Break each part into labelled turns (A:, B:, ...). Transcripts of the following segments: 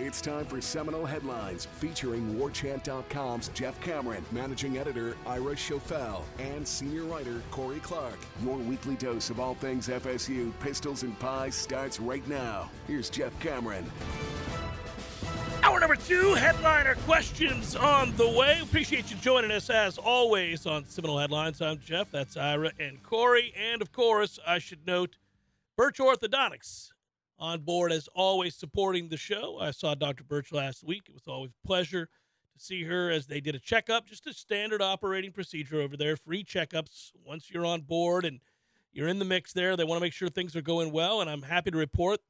A: It's time for Seminole Headlines featuring WarChant.com's Jeff Cameron, managing editor Ira Schofel, and senior writer Corey Clark. Your weekly dose of all things FSU, pistols, and pies starts right now. Here's Jeff Cameron.
B: Hour number two, headliner questions on the way. Appreciate you joining us as always on Seminole Headlines. I'm Jeff, that's Ira and Corey. And of course, I should note Birch Orthodontics on board as always supporting the show. I saw Dr. Birch last week. It was always a pleasure to see her as they did a checkup, just a standard operating procedure over there, free checkups once you're on board and you're in the mix there. They want to make sure things are going well. And I'm happy to report,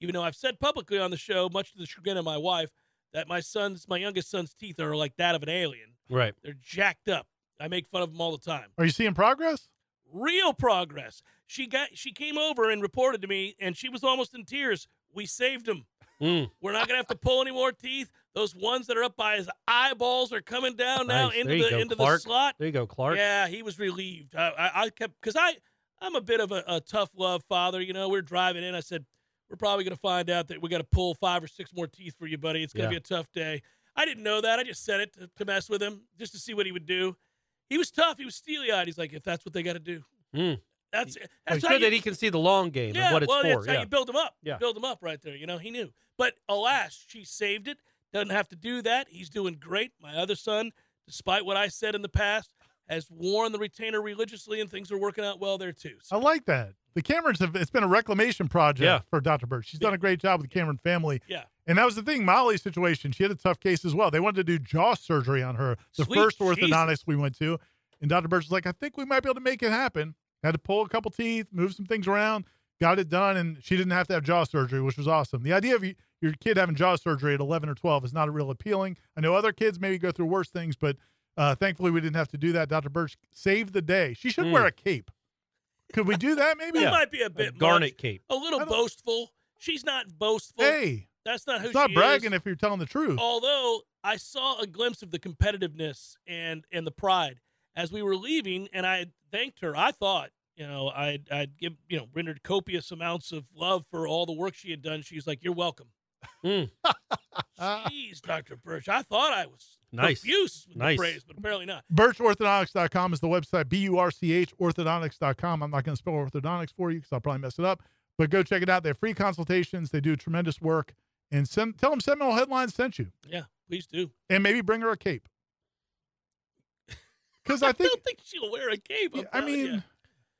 B: even though I've said publicly on the show, much to the chagrin of my wife, that my son's, my youngest son's teeth are like that of an alien.
C: Right.
B: They're jacked up. I make fun of them all the time
C: Are you seeing progress?
B: real progress. She got she came over and reported to me, and she was almost in tears. We saved him.
C: Mm.
B: We're not gonna have to pull any more teeth. Those ones that are up by his eyeballs are coming down now
C: Nice.
B: into
C: There you
B: the
C: go,
B: into
C: Clark.
B: the slot.
C: There you go, Clark.
B: Yeah, he was relieved. I, I, I kept because I I'm a bit of a, a tough love father. You know, we're driving in. I said we're probably gonna find out that we got to pull five or six more teeth for you, buddy. It's gonna
C: Yeah.
B: be a tough day. I didn't know that. I just said it to, to mess with him, just to see what he would do. He was tough. He was steely eyed. He's like, if that's what they got to do,
C: Mm.
B: that's
C: Well,
B: that's
C: it's
B: how
C: good
B: you-
C: that he can see the long game and what it's
B: well,
C: for.
B: That's how
C: Yeah.
B: you build them up.
C: Yeah.
B: Build them up right there. You know, he knew. But alas, she saved it. Doesn't have to do that. He's doing great. My other son, despite what I said in the past, has worn the retainer religiously and things are working out well there too.
D: I
B: So
D: like that. The Camerons have it's been a reclamation project
C: Yeah.
D: for Dr. Birch. She's done a great job with the Cameron family.
C: Oh,
B: Yeah.
D: And that was the thing, Molly's situation. She had a tough case as well. They wanted to do jaw surgery on her, the
B: Sweet
D: first
B: Jesus.
D: orthodontist we went to. And Dr. Birch was like, I think we might be able to make it happen. Had to pull a couple teeth, move some things around, got it done, and she didn't have to have jaw surgery, which was awesome. The idea of y- your kid having jaw surgery at 11 or 12 is not real appealing. I know other kids maybe go through worse things, but uh, thankfully we didn't have to do that. Dr. Birch saved the day. She should
B: Hmm.
C: Mm.
D: wear a cape. Could we do that maybe?
B: that might be a
C: A
B: bit much.
C: garnet cape.
B: a little
D: I don't-
B: boastful. She's not boastful.
D: Hey,
B: that's not who
D: it's not
B: she
D: bragging
B: is.
D: if you're telling the truth.
B: Although I saw a glimpse of the competitiveness and and the pride as we were leaving, and I thanked her. I thought, you know, I'd I'd give you know rendered copious amounts of love for all the work she had done. She's like, "You're welcome."
C: Mm.
B: Jeez, Doctor Birch, I thought I was
C: Nice.
B: profuse with the
C: Nice.
B: praise, but apparently not.
D: BirchOrthodontics.com is the website. B U R C H orthodontics.com. I'm not going to spell orthodontics for you because I'll probably mess it up. But go check it out. They have free consultations. They do tremendous work. And send, tell them Seminole Headlines sent you.
B: Yeah, please do.
D: And maybe bring her a cape. Because
B: I,
D: I think,
B: don't think she'll wear a cape. I'm
D: I
B: telling
D: mean,
B: ya.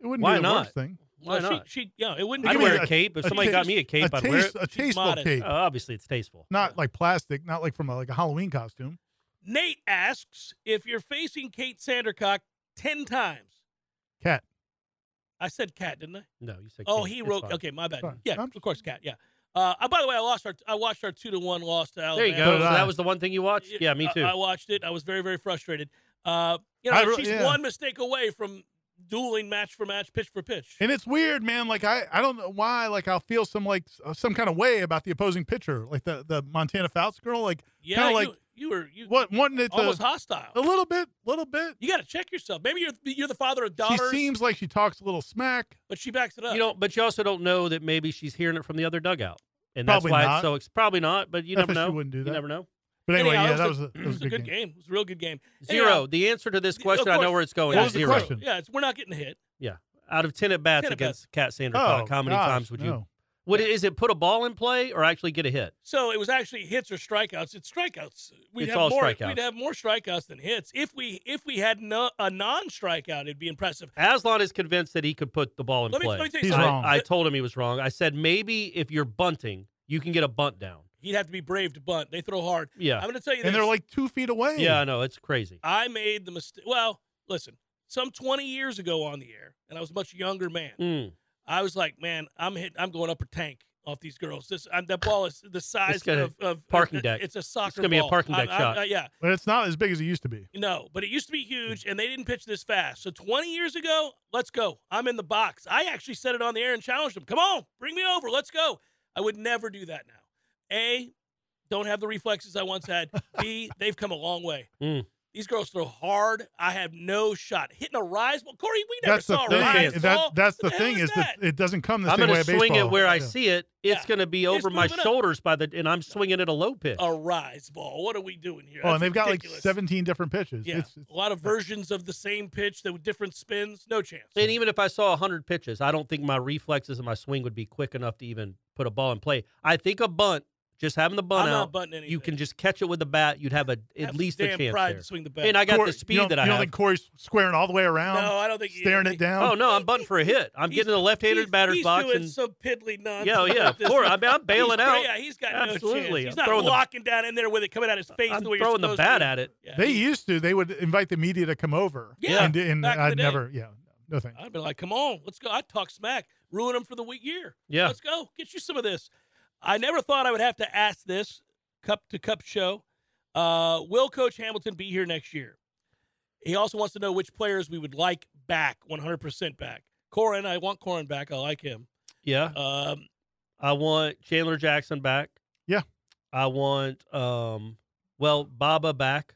D: it wouldn't
C: uh, Why
D: be the
C: not?
D: worst thing.
C: Why
B: Well,
C: not?
B: She, she, yeah, it wouldn't.
C: I'd
D: give
B: be
D: me
C: wear
B: her-
C: a,
D: a-
C: cape. If
D: a
C: somebody got me a cape,
D: a,
C: I'd wear it.
D: taste, a
B: She's
D: tasteful
B: modest.
D: cape,
C: Uh, obviously, it's tasteful.
D: not like plastic, not like from a, like a Halloween costume.
B: Nate asks if you're facing Kate Sandercock ten times.
D: Cat.
B: I said cat, didn't I?
C: No, you said.
B: Oh,
C: cape.
B: he
C: It's
B: wrote.
C: fine.
B: Okay, my bad.
D: Fine.
B: Yeah,
D: I'm-
B: of course, Cat. Yeah. Uh, uh, by the way, I lost our. I watched our two to one loss to Alabama.
C: There you go.
D: But
C: So
D: I-
C: that was the one thing you watched.
B: Y-
C: Yeah, me
B: I-
C: too.
B: I, watched it. I was very, very frustrated. Uh, you know,
D: I re-
B: she's
D: yeah.
B: one mistake away from dueling match for match, pitch for pitch.
D: And it's weird, man. Like I, I don't know why. Like I'll feel some like s- some kind of way about the opposing pitcher, like the the Montana Fouts girl. Like
B: yeah,
D: kinda
B: you,
D: like-
B: you were you
D: what Oh. wanting it
B: almost
D: to
B: hostile.
D: a little bit, little bit.
B: You got to check yourself. Maybe you're you're the father of
D: She
B: daughters,
D: seems like she talks a little smack.
B: but she backs it up.
C: you don't, but you also don't know that maybe she's hearing it from the other dugout, and
D: Probably
C: that's why
D: not.
C: it's so. It's probably not, but you
D: I
C: never
D: thought she
C: know.
D: wouldn't do that.
C: You never know.
D: But anyway,
B: Anyhow,
D: yeah,
B: it
D: that
B: was
D: was a, that was a good game.
B: It was a real good game.
C: Zero.
B: Anyhow,
C: the answer to this
B: of
C: question, I know
B: course.
C: where it's going.
D: What
C: is
D: was the
C: zero.
D: question?
B: Yeah, it's, we're not getting hit.
C: Yeah. Out of ten at bats
B: 10 at
C: against Cat Sandra
D: Oh,
C: Cock, how many
D: gosh,
C: times would you
D: no.
C: What is it? Put a ball in play or actually get a hit?
B: So it was actually hits or strikeouts. It's strikeouts. We'd
C: It's
B: have
C: all
B: more.
C: strikeouts.
B: We'd have more strikeouts than hits. If we if we had no, a non-strikeout, it'd be impressive.
C: Aslan is convinced that he could put the ball in
B: Let me-
C: play.
B: let me tell
D: you
C: I-
D: something. He's wrong.
C: I told him he was wrong. I said maybe if you're bunting, you can get a bunt down.
B: He'd have to be brave to bunt. They throw hard.
C: Yeah.
B: I'm going to tell you this.
D: and they're like two feet away.
C: Yeah, I know. It's crazy.
B: I made the mistake. Well, listen, some 20 years ago on the air, and I was a much younger man.
C: Mm,
B: I was like, man, I'm hitting, I'm going upper tank off these girls. This i that ball is the size
C: gonna-
B: of, of
C: parking
B: it-
C: deck.
B: It's a soccer.
C: gonna be a
B: ball.
C: parking
B: I'm-
C: deck
B: I'm-
C: shot.
B: uh, yeah,
D: But it's not as big as it used to be.
B: no, but it used to
D: Hmm.
B: be huge, and they didn't pitch this fast. So 20 years ago, let's go. I'm in the box. I actually said it on the air and challenged them. Come on, bring me over. Let's go. I would never do that now. A, don't have the reflexes I once had. B, they've come a long way.
D: Hmm.
C: Mm.
B: These girls throw hard. I have no shot. Hitting a rise ball, Corey. We never
D: That's the
B: saw a rise
D: thing.
B: ball.
D: That, that's the
B: What hell
D: thing is that
B: that?
D: it doesn't come the
C: I'm
D: same
C: gonna
D: way.
C: swing
D: baseball.
C: it where I
D: Yeah.
C: see it. It's
B: Yeah.
C: going to be over my
B: move it up. Oh,
C: shoulders by the, and I'm swinging at a low pitch.
B: a rise ball. What are we doing here?
D: Oh, and
B: That's
D: they've got like
B: ridiculous.
D: 17 different pitches.
B: Yeah,
D: It's, it's-
B: a lot of versions of the same pitch that with different spins. No chance.
C: And even if I saw 100 pitches, I don't think my reflexes and my swing would be quick enough to even put a ball in play. I think a bunt, just having the bunt
B: I'm
C: out,
B: not bunting anything.
C: you can just catch it with the bat. You'd have a at
B: Have some
C: least
B: damn
C: a chance
B: pride
C: there.
B: to swing the bat.
C: and I got
D: Corey-
C: the
D: you
C: speed
D: don't-
C: that I
D: you don't
C: have.
D: think Corey's squaring all the way around,
B: no, I don't think
D: staring it down.
C: oh no, I'm bunting for a hit. I'm
B: He's-
C: getting in the left-handed
B: he's,
C: batter's
B: he's
C: box
B: doing
C: and
B: some piddly nonsense.
C: yeah, oh, yeah,
B: with
C: of
B: this.
C: course. I'm, I'm bailing
B: He's
C: out.
B: cra- Yeah, he's got no
C: Absolutely.
B: chance. He's
C: I'm
B: not
C: throwing the-
B: locking down in there with it coming out his face.
C: I'm
B: the way
C: throwing
B: you're
C: the
B: supposed
C: bat
B: to.
C: at it.
B: Yeah,
D: They
B: he-
D: used to. They would invite the media to come over.
B: Yeah,
D: and, and
B: back in the
D: I'd
B: day.
D: never. Yeah, no thanks.
B: I'd be like, come on, let's go. I'd talk smack, ruin him for the week year.
C: Yeah.
B: Let's go. Get you some of this. I never thought I would have to ask this cup to cup show. Uh, will Coach Hamilton be here next year? He also wants to know which players we would like back, 100% back. Corin, I want Corin back. I like him.
C: Yeah,
B: Um,
C: I want Chandler Jackson back.
D: Yeah.
C: I want um, well, Baba back.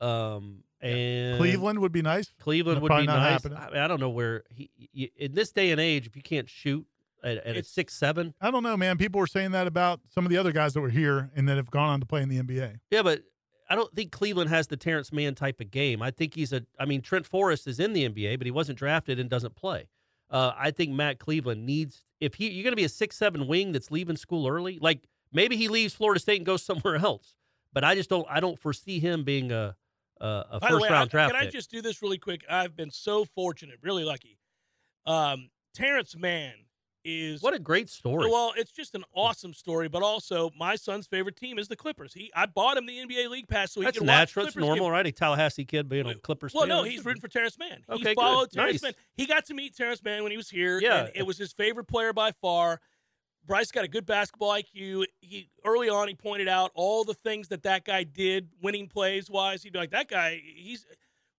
C: Um,
B: Uh,
C: and
D: Cleveland would be nice.
C: Cleveland
D: No,
C: would
D: probably
C: be
D: not
C: nice.
D: happening.
C: I, mean, I don't know where he y in this day and age, if you can't shoot at, at a
B: It's-
C: six seven,
D: I don't know, man. People were saying that about some of the other guys that were here and that have gone on to play in the NBA.
C: yeah, but I don't think Cleveland has the Terrence Mann type of game. I think he's a. I mean, Trent Forrest is in the NBA, but he wasn't drafted and doesn't play. Uh, I think Matt Cleveland needs if he you're going to be a six seven wing that's leaving school early. Like maybe he leaves Florida State and goes somewhere else, but I just don't. I don't foresee him being a a, a
B: by
C: first
B: the way, I,
C: round draft
B: can I
C: pick.
B: just do this really quick? I've been so fortunate, really lucky. Um, Terrence Mann is
C: what a great story!
B: Well, it's just an awesome story, but also my son's favorite team is the Clippers. He I bought him the NBA League Pass so he
C: that's
B: could
C: natural.
B: watch
C: It's
B: Clippers
C: normal,
B: Game.
C: right? A Tallahassee kid being a
B: Well,
C: Clippers.
B: Well,
C: fan.
B: no, he's rooting for Terrence Mann.
C: Okay,
B: he
C: good.
B: followed Terrence
C: Nice.
B: Mann. He got to meet Terrence Mann when he was here.
C: Yeah.
B: and it was his favorite player by far. Bryce got a good basketball IQ. He early on he pointed out all the things that that guy did, winning plays wise. He'd be like, that guy, he's.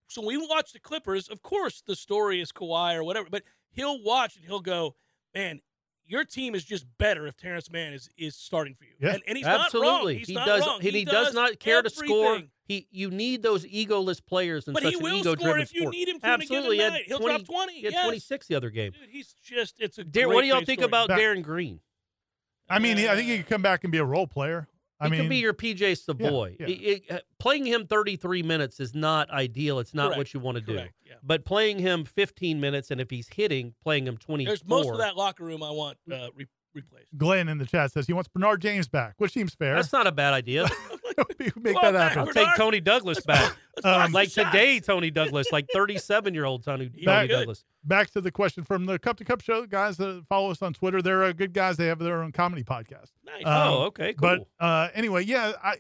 B: So we watch the Clippers. Of course, the story is Kawhi or whatever, but he'll watch and he'll go, man. Your team is just better if Terrence Mann is is starting for you.
D: Yeah.
B: and, and he's
C: Absolutely.
B: not wrong. He's
C: he
B: not
C: does.
B: wrong.
C: He, he does, not care to score.
B: everything.
C: He you need those egoless players in
B: But
C: such
B: he
C: an
B: will
C: ego
B: score
C: driven
B: if you
C: sport.
B: need him to in
C: Absolutely. he
B: a
C: had
B: given night. He'll
C: 20
B: drop 20.
C: He had
B: yes.
C: 26 the other game.
B: Dude, he's just, it's a
C: Dar-
B: great,
C: what do y'all
B: great
C: think
B: story.
C: about
D: Back-
C: Darren Green?
D: I mean, he- I think he could come back and be a role player. I
C: he
D: mean,
C: could be your PJ Savoy.
D: yeah.
C: It- it- uh, playing him 33 minutes is not ideal. It's not
B: Correct,
C: what you want to do.
B: Correct, yeah.
C: But playing him 15 minutes, and if he's hitting, playing him 24.
B: There's most of that locker room I want uh, re- replaced.
D: Glenn in the chat says he wants Bernard James back, which seems fair.
C: That's not a bad idea.
D: We make
B: Well,
D: that
B: back
D: happen.
C: I'll take
B: Bernard-
C: Tony Douglas back.
B: Let's
D: Um,
B: knock some
C: like
B: shots.
C: today, Tony Douglas, like 37 year old Tony,
B: He's
C: Tony
B: good.
C: Douglas.
D: Back uh, to the question from the Cup to Cup show. Guys that follow us on Twitter, they're uh, good guys. They have their own comedy podcast.
B: Nice.
D: Uh, Um,
C: oh, okay, cool.
D: But uh, anyway, yeah. I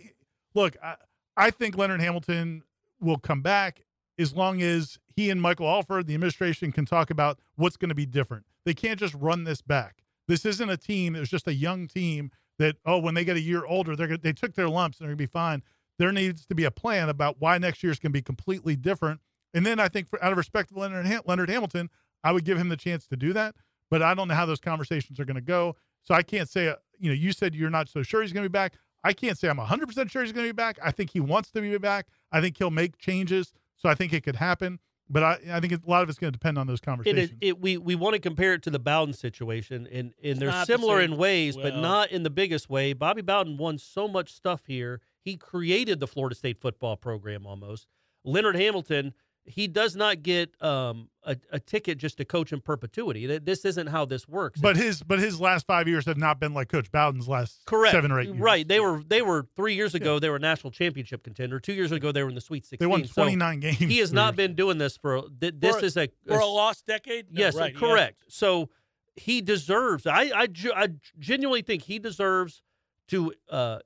D: look. I, I think Leonard Hamilton will come back as long as he and Michael Alford, the administration, can talk about what's going to be different. They can't just run this back. This isn't a team. It was just a young team that oh, when they get a year older, they're gonna, they took their lumps and they're going to be fine. There needs to be a plan about why next year's going to be completely different. And then I think, for, out of respect for Leonard, Ham- Leonard Hamilton, I would give him the chance to do that. But I don't know how those conversations are going to go. So I can't say, uh, you know, you said you're not so sure he's going to be back. I can't say I'm 100% sure he's going to be back. I think he wants to be back. I think he'll make changes. So I think it could happen. But I, I think a lot of it's going to depend on those
C: it is.
D: conversations.
C: It, we we want to compare it to the Bowden situation, and and they're
B: not the
C: similar
B: same.
C: in ways, but
B: Well-
C: not in the biggest way. Bobby Bowden won so much stuff here; he created the Florida State football program almost. Leonard Hamilton he does not get um, a, a ticket just to coach in perpetuity. Th- This isn't how this works.
D: But his but his last five years have not been like Coach Bowden's last
C: correct
D: seven or eight years.
C: Right. They were they were three years ago they were a national championship contender. Two years ago they were in the Sweet Sixteen.
D: They won
C: So
D: 29 games.
C: he has not been doing this for. Th- this
B: For a-
C: is a,
B: For a lost decade? No,
C: yes,
B: right, he
C: correct. So he deserves. I I, ge- I genuinely think he deserves to uh,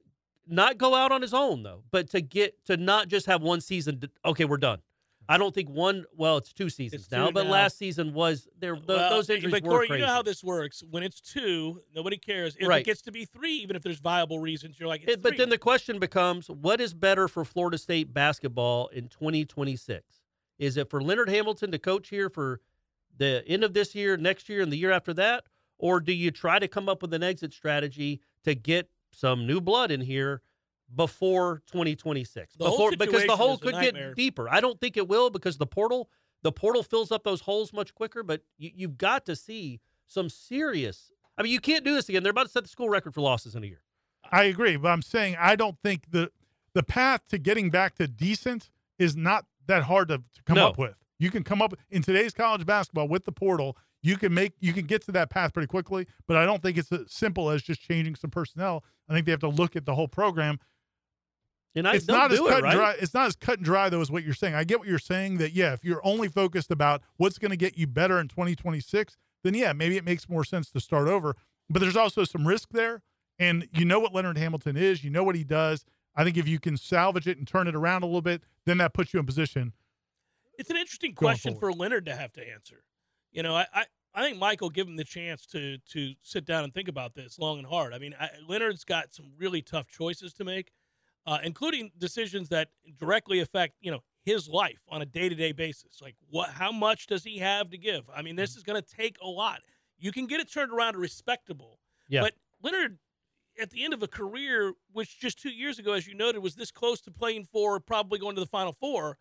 C: not go out on his own though, but to get to not just have one season. d okay, we're done. I don't think one. Well, it's two seasons
B: two
C: now, but
B: now.
C: last season was there. tho-
B: Well,
C: those injuries
B: but
C: were
B: Corey,
C: crazy.
B: you know how this works. When it's two, nobody cares. If
C: Right.
B: it gets to be three, even if there's viable reasons, you're like, it's
C: It- but
B: three.
C: then the question becomes what is better for Florida State basketball in 2026? Is it for Leonard Hamilton to coach here for the end of this year, next year, and the year after that? Or do you try to come up with an exit strategy to get some new blood in here before 2026?
B: The whole
C: before because the
B: situation
C: hole
B: is a
C: could
B: nightmare.
C: get deeper. I don't think it will because the portal the portal fills up those holes much quicker, but you, you've got to see some serious I mean, you can't do this again. They're about to set the school record for losses in a year.
D: I agree, but I'm saying I don't think the the path to getting back to decent is not that hard to, to come
C: No.
D: up with. You can come up in today's college basketball with the portal. You can make you can get to that path pretty quickly, but I don't think it's as simple as just changing some personnel. I think they have to look at the whole program.
C: And I
D: it's
C: they'll
D: not as
C: do
D: cut
C: it, right?
D: and dry. It's not as cut and dry though as what you're saying. I get what you're saying that yeah, if you're only focused about what's going to get you better in 2026, then yeah, maybe it makes more sense to start over. But there's also some risk there, and you know what Leonard Hamilton is. You know what he does. I think if you can salvage it and turn it around a little bit, then that puts you in position.
B: It's an interesting
D: Going
B: question for Leonard to have to answer. You know, I, I, I think Michael give him the chance to to sit down and think about this long and hard. I mean, I, Leonard's got some really tough choices to make, uh, including decisions that directly affect you know his life on a day to day basis. Like what, how much does he have to give? I mean, this is going to take a lot. You can get it turned around to respectable,
C: Yeah.
B: but Leonard. At the end of a career, which just two years ago, as you noted, was this close to playing for probably going to the Final Four,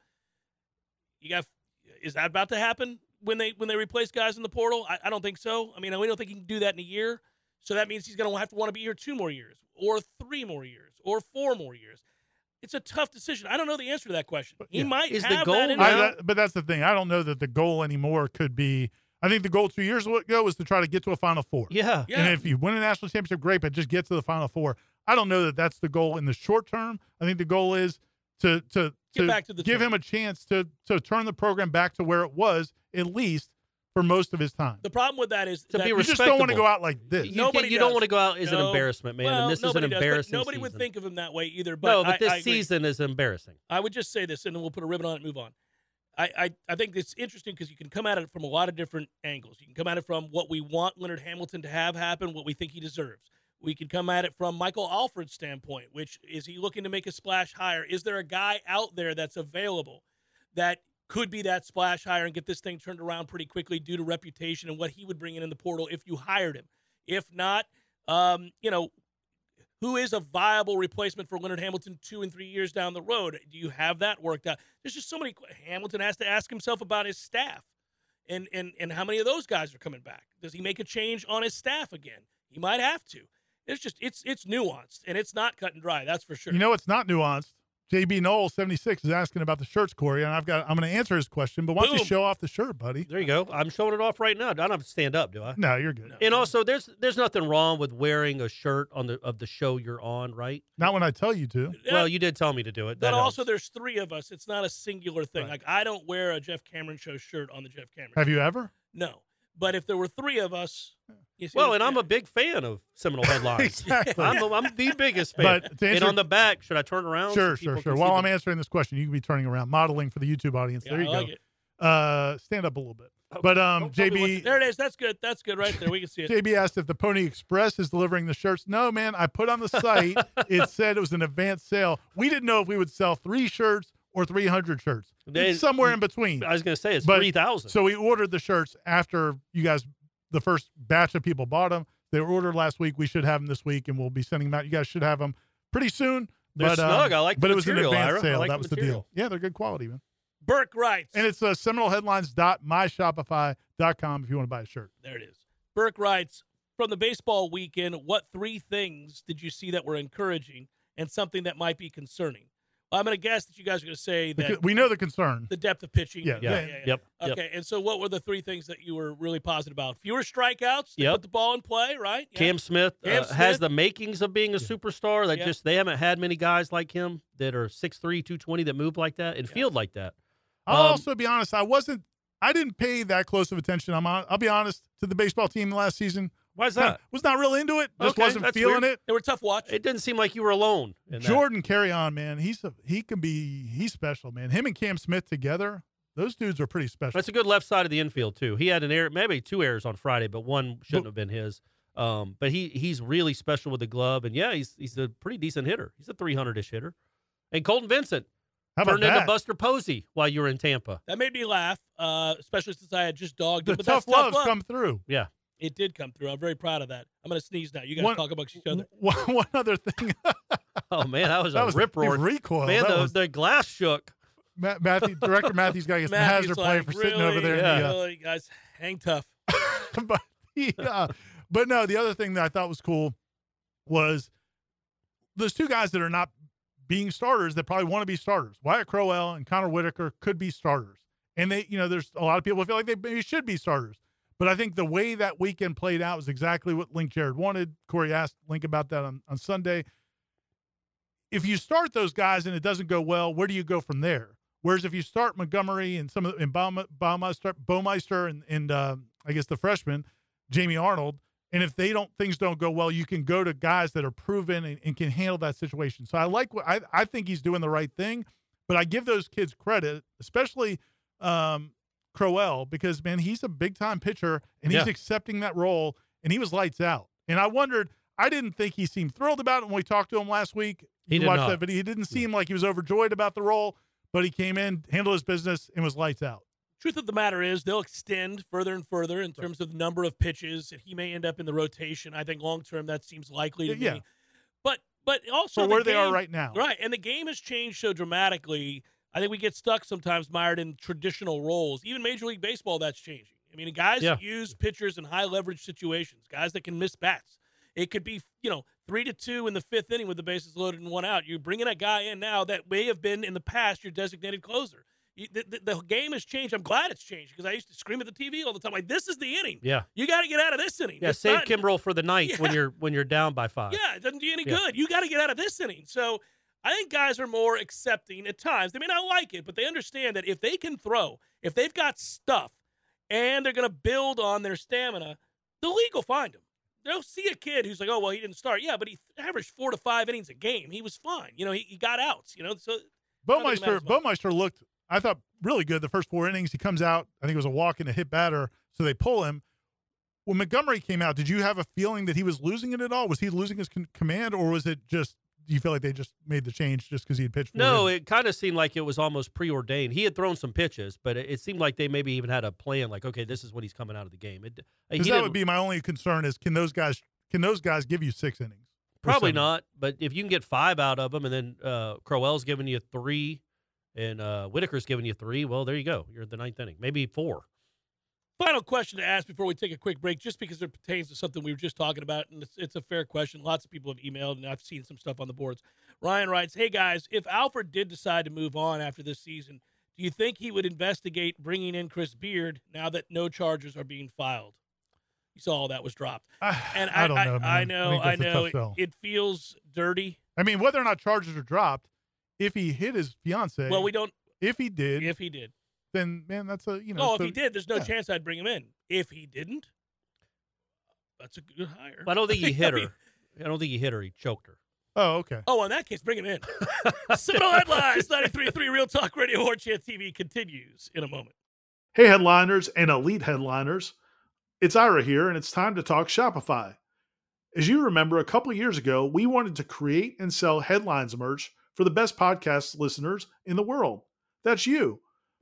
B: you got is that about to happen when they when they replace guys in the portal i, I don't think so i mean we don't think he can do that in a year so that means he's going to have to want to be here two more years or three more years or four more years it's a tough decision i don't know the answer to that question he
C: yeah.
B: might
C: Is the
B: have
C: goal
B: that in
C: now-
D: I,
B: him.
D: that, but that's the thing. I don't know that the goal anymore could be. I think the goal two years ago was to try to get to a Final Four.
C: Yeah.
B: Yeah.
D: And if you win a national championship, great, but just get to the final four. I don't know that that's the goal in the short term. I think the goal is to to,
B: Get back to the
D: give
B: team.
D: him a chance to to turn the program back to where it was at least for most of his time.
B: the problem with that is
C: To
B: that
C: be
D: You just don't want to
C: respectable.
D: go out like this.
C: You,
B: Nobody
C: can't- you don't
B: does.
C: want to go out as an
B: No.
C: embarrassment, man.
B: well,
C: and this is an
B: nobody does, but
C: embarrassing
B: nobody would
C: season.
B: think of him that way either but,
C: no, but
B: I-
C: this
B: I agree.
C: season is embarrassing.
B: I would just say this, and then we'll put a ribbon on it and move on. I, I, I think it's interesting because you can come at it from a lot of different angles. You can come at it from what we want Leonard Hamilton to have happen, what we think he deserves. We can come at it from Michael Alford's standpoint, which is he looking to make a splash higher? Is there a guy out there that's available that could be that splash higher and get this thing turned around pretty quickly due to reputation and what he would bring in in the portal if you hired him? If not, um, you know, who is a viable replacement for Leonard Hamilton two and three years down the road? Do you have that worked out? There's just so many. que- Hamilton has to ask himself about his staff, and and and how many of those guys are coming back? Does he make a change on his staff again? He might have to. It's just it's it's nuanced and it's not cut and dry. That's for sure.
D: You know it's not nuanced. JB Knoll seventy six is asking about the shirts, Corey, and I've got I'm going to answer his question. But why don't you
B: Boom.
D: show off the shirt, buddy?
C: There you go. I'm showing it off right now. I don't have to stand up, do I?
D: No, you're good.
C: And also, there's there's nothing wrong with wearing a shirt on the of the show you're on, right?
D: Not when I tell you to.
B: Yeah,
C: Well, you did tell me to do it.
B: but
C: That
B: also
C: helps.
B: there's three of us. It's not a singular thing. Like I don't wear a Jeff Cameron show shirt on the Jeff Cameron.
D: Have you ever?
B: No, but if there were three of us, you see
C: well,
B: what-
C: and I'm
B: yeah.
C: a big fan of Seminole headlines.
D: Exactly.
C: I'm, the- I'm the biggest fan.
D: But to
C: and
D: answer-
C: on the back, should I turn around? so people
D: Sure, sure,
C: can
D: sure.
C: see
D: While
C: the-
D: I'm answering this question, you can be turning around modeling for the YouTube audience.
B: Yeah,
D: there you
B: I
D: go.
B: like it.
D: uh stand up a little bit. But um
C: Oh, Don't tell me what to
D: JB
B: There it is. That's good. That's good right there. We can see it.
D: JB asked if the Pony Express is delivering the shirts. No, man, I put on the site. it said it was an advanced sale. We didn't know if we would sell 3 shirts or 300 shirts.
C: They-
D: it's somewhere in between.
C: I was going to say it's
D: But-
C: three thousand.
D: So we ordered the shirts after you guys the first batch of people bought them. They were ordered last week. We should have them this week and we'll be sending them out. You guys should have them pretty soon.
C: They're
D: but um,
C: snug. I like the
D: But it was
C: material,
D: an advanced
C: Ira. I
D: sale.
C: like
D: that
C: the
D: was the
C: material.
D: deal. Yeah, they're good quality, man.
B: Burke writes.
D: And it's uh, SeminoleHeadlines.myshopify.com if you want to buy a shirt.
B: there it is. Burke writes from the baseball weekend. What three things did you see that were encouraging and something that might be concerning? I'm going to guess that you guys are going to say
D: The
B: that
D: co- we know the concern.
B: the depth of pitching.
D: Yeah,
C: Yeah.
D: yeah,
C: Yep. Yep.
B: Okay, and so what were the three things that you were really positive about? Fewer strikeouts. They
C: Yep.
B: Put the ball in play, right? Yeah.
C: Cam Smith,
B: Cam
C: uh, has
B: Smith.
C: the makings of being a superstar. That
B: Yeah.
C: just they haven't had many guys like him that are 6'3", 220 that move like that and field like that.
D: I'll
C: Um,
D: also be honest. I wasn't. I didn't pay that close of attention. I'm. On, I'll be honest to the baseball team last season.
C: Why is
D: Kinda-
C: that?
D: Was not real into it. Just
C: Okay,
D: wasn't
C: that's
D: feeling
C: weird. uh,
D: it.
B: They were a tough watch.
C: It didn't seem like you were alone. in that.
D: Jordan carry on, man. He's a, he can be he's special, man. Him and Cam Smith together, those dudes are pretty special.
C: That's a good left side of the infield too. He had an error, maybe two errors on Friday, but one shouldn't
D: But-
C: have been his. Um, but he he's really special with the glove, and yeah, he's he's a pretty decent hitter. He's a 300-ish hitter. And Colton Vincent
D: How about
C: turned into
D: that?
C: Buster Posey while you were in Tampa.
B: that made me laugh, uh, especially since I had just dogged
D: the
B: it. But
D: tough
B: that's tough
D: loves
B: love.
D: come through.
C: Yeah,
B: It did come through. I'm very proud of that. I'm going to sneeze now. You guys
D: One-
B: talk amongst each other.
D: One, one other thing,
C: Oh man, that was
D: that
C: a
D: was
C: rip
D: the
C: roar.
D: recoil.
C: Man,
D: that
C: the,
D: was
C: the glass shook.
D: Ma- Matthew, director Matthew's got to get some
B: Matthew's
D: hazard play
B: like,
D: for sitting over
B: really,
D: there.
C: yeah.
D: In the, uh,
B: really, guys, hang tough.
D: but he, uh, but no, the other thing that I thought was cool was those two guys that are not being starters that probably want to be starters. Wyatt Crowell and Connor Whitaker could be starters, and they, you know, there's a lot of people who feel like they maybe should be starters. But I think the way that weekend played out was exactly what Link Jared wanted. Corey asked Link about that on, on Sunday. If you start those guys and it doesn't go well, where do you go from there? Whereas if you start Montgomery and some of the, and Baum- Baumeister, Baumeister and, and uh, I guess the freshman, Jamie Arnold, and if they don't things don't go well, you can go to guys that are proven and, and can handle that situation. So I like what I, I think he's doing the right thing, but I give those kids credit, especially um, Crowell, because man, he's a big time pitcher and he's
C: Yeah.
D: accepting that role and he was lights out. And I wondered, I didn't think he seemed thrilled about it when we talked to him last week.
C: He
D: You
C: did
D: watched
C: not.
D: that video. He didn't seem like he was overjoyed about the role, but he came in, handled his business, and was lights out.
B: Truth of the matter is, they'll extend further and further in terms of the number of pitches, and he may end up in the rotation. I think long term, that seems likely to
D: Yeah.
B: me. But but also
D: For
B: the
D: where they are
B: game-
D: right now.
B: Right. And the game has changed so dramatically. I think we get stuck sometimes mired in traditional roles. Even Major League Baseball, that's changing. I mean, guys
C: Yeah.
B: use pitchers in high leverage situations, guys that can miss bats. It could be, you know, three to two in the fifth inning with the bases loaded and one out. You're bringing a guy in now that may have been in the past your designated closer. You, the, the, the game has changed. I'm glad it's changed because I used to scream at the TV all the time, like, this is the inning.
C: Yeah,
B: You got to get out of this inning.
C: yeah.
B: It's
C: save
B: not-
C: Kimbrel for the ninth when
B: Yeah.
C: you're when you're down by five.
B: yeah, it doesn't do you any
C: Yeah.
B: good. You got to get out of this inning. So I think guys are more accepting at times. They may not like it, but they understand that if they can throw, if they've got stuff, and they're going to build on their stamina, the league will find them. They'll see a kid who's like, oh, well, he didn't start. Yeah, but he averaged four to five innings a game. He was fine. You know, he, he got outs, you know, so don't think it
D: Bowmeister
B: matters much.
D: Bowmeister looked, I thought, really good the first four innings. He comes out, I think it was a walk and a hit batter, so they pull him. When Montgomery came out, did you have a feeling that he was losing it at all? Was he losing his con- command, or was it just do you feel like they just made the change just because he had pitched? for
C: No,
D: him?
C: it kind of seemed like it was almost preordained. He had thrown some pitches, but it, it seemed like they maybe even had a plan. Like, okay, this is when he's coming out of the game. It, uh, he
D: 'Cause that
C: didn't-
D: would be my only concern is can those guys can those guys give you six innings? or
C: probably
D: seven?
C: not. But if you can get five out of them, and then uh, Crowell's giving you three, and uh, Whitaker's giving you three, well, there you go. You're at the ninth inning, maybe four.
B: Final question to ask before we take a quick break, just because it pertains to something we were just talking about, and it's, it's a fair question. Lots of people have emailed, and I've seen some stuff on the boards. Ryan writes, "Hey guys, if Alfred did decide to move on after this season, do you think he would investigate bringing in Chris Beard now that no charges are being filed?" You saw all that was dropped,
D: I,
B: and
D: I, don't know. man.
B: I, know,
D: think
B: I,
D: that's a
B: know.
D: tough sell.
B: It, it feels dirty.
D: I mean, whether or not charges are dropped, if he hit his fiance,
B: Well, we don't.
D: if he did,
B: If he did,
D: then man, that's a you know.
B: no,
D: so-
B: if he did, there's no
D: yeah.
B: chance I'd bring him in. If he didn't, that's a good hire.
C: But I don't think he hit
B: I mean,
C: her. I don't think he hit her. He choked her.
D: Oh, okay.
B: Oh, in that case, bring him in. Seminole Headlines, 93.3 Real Talk Radio, War Chant TV continues in a moment.
E: Hey, headliners and elite headliners. It's Ira here, and it's time to talk Shopify. As you remember, a couple years ago, we wanted to create and sell headlines merch for the best podcast listeners in the world. That's you.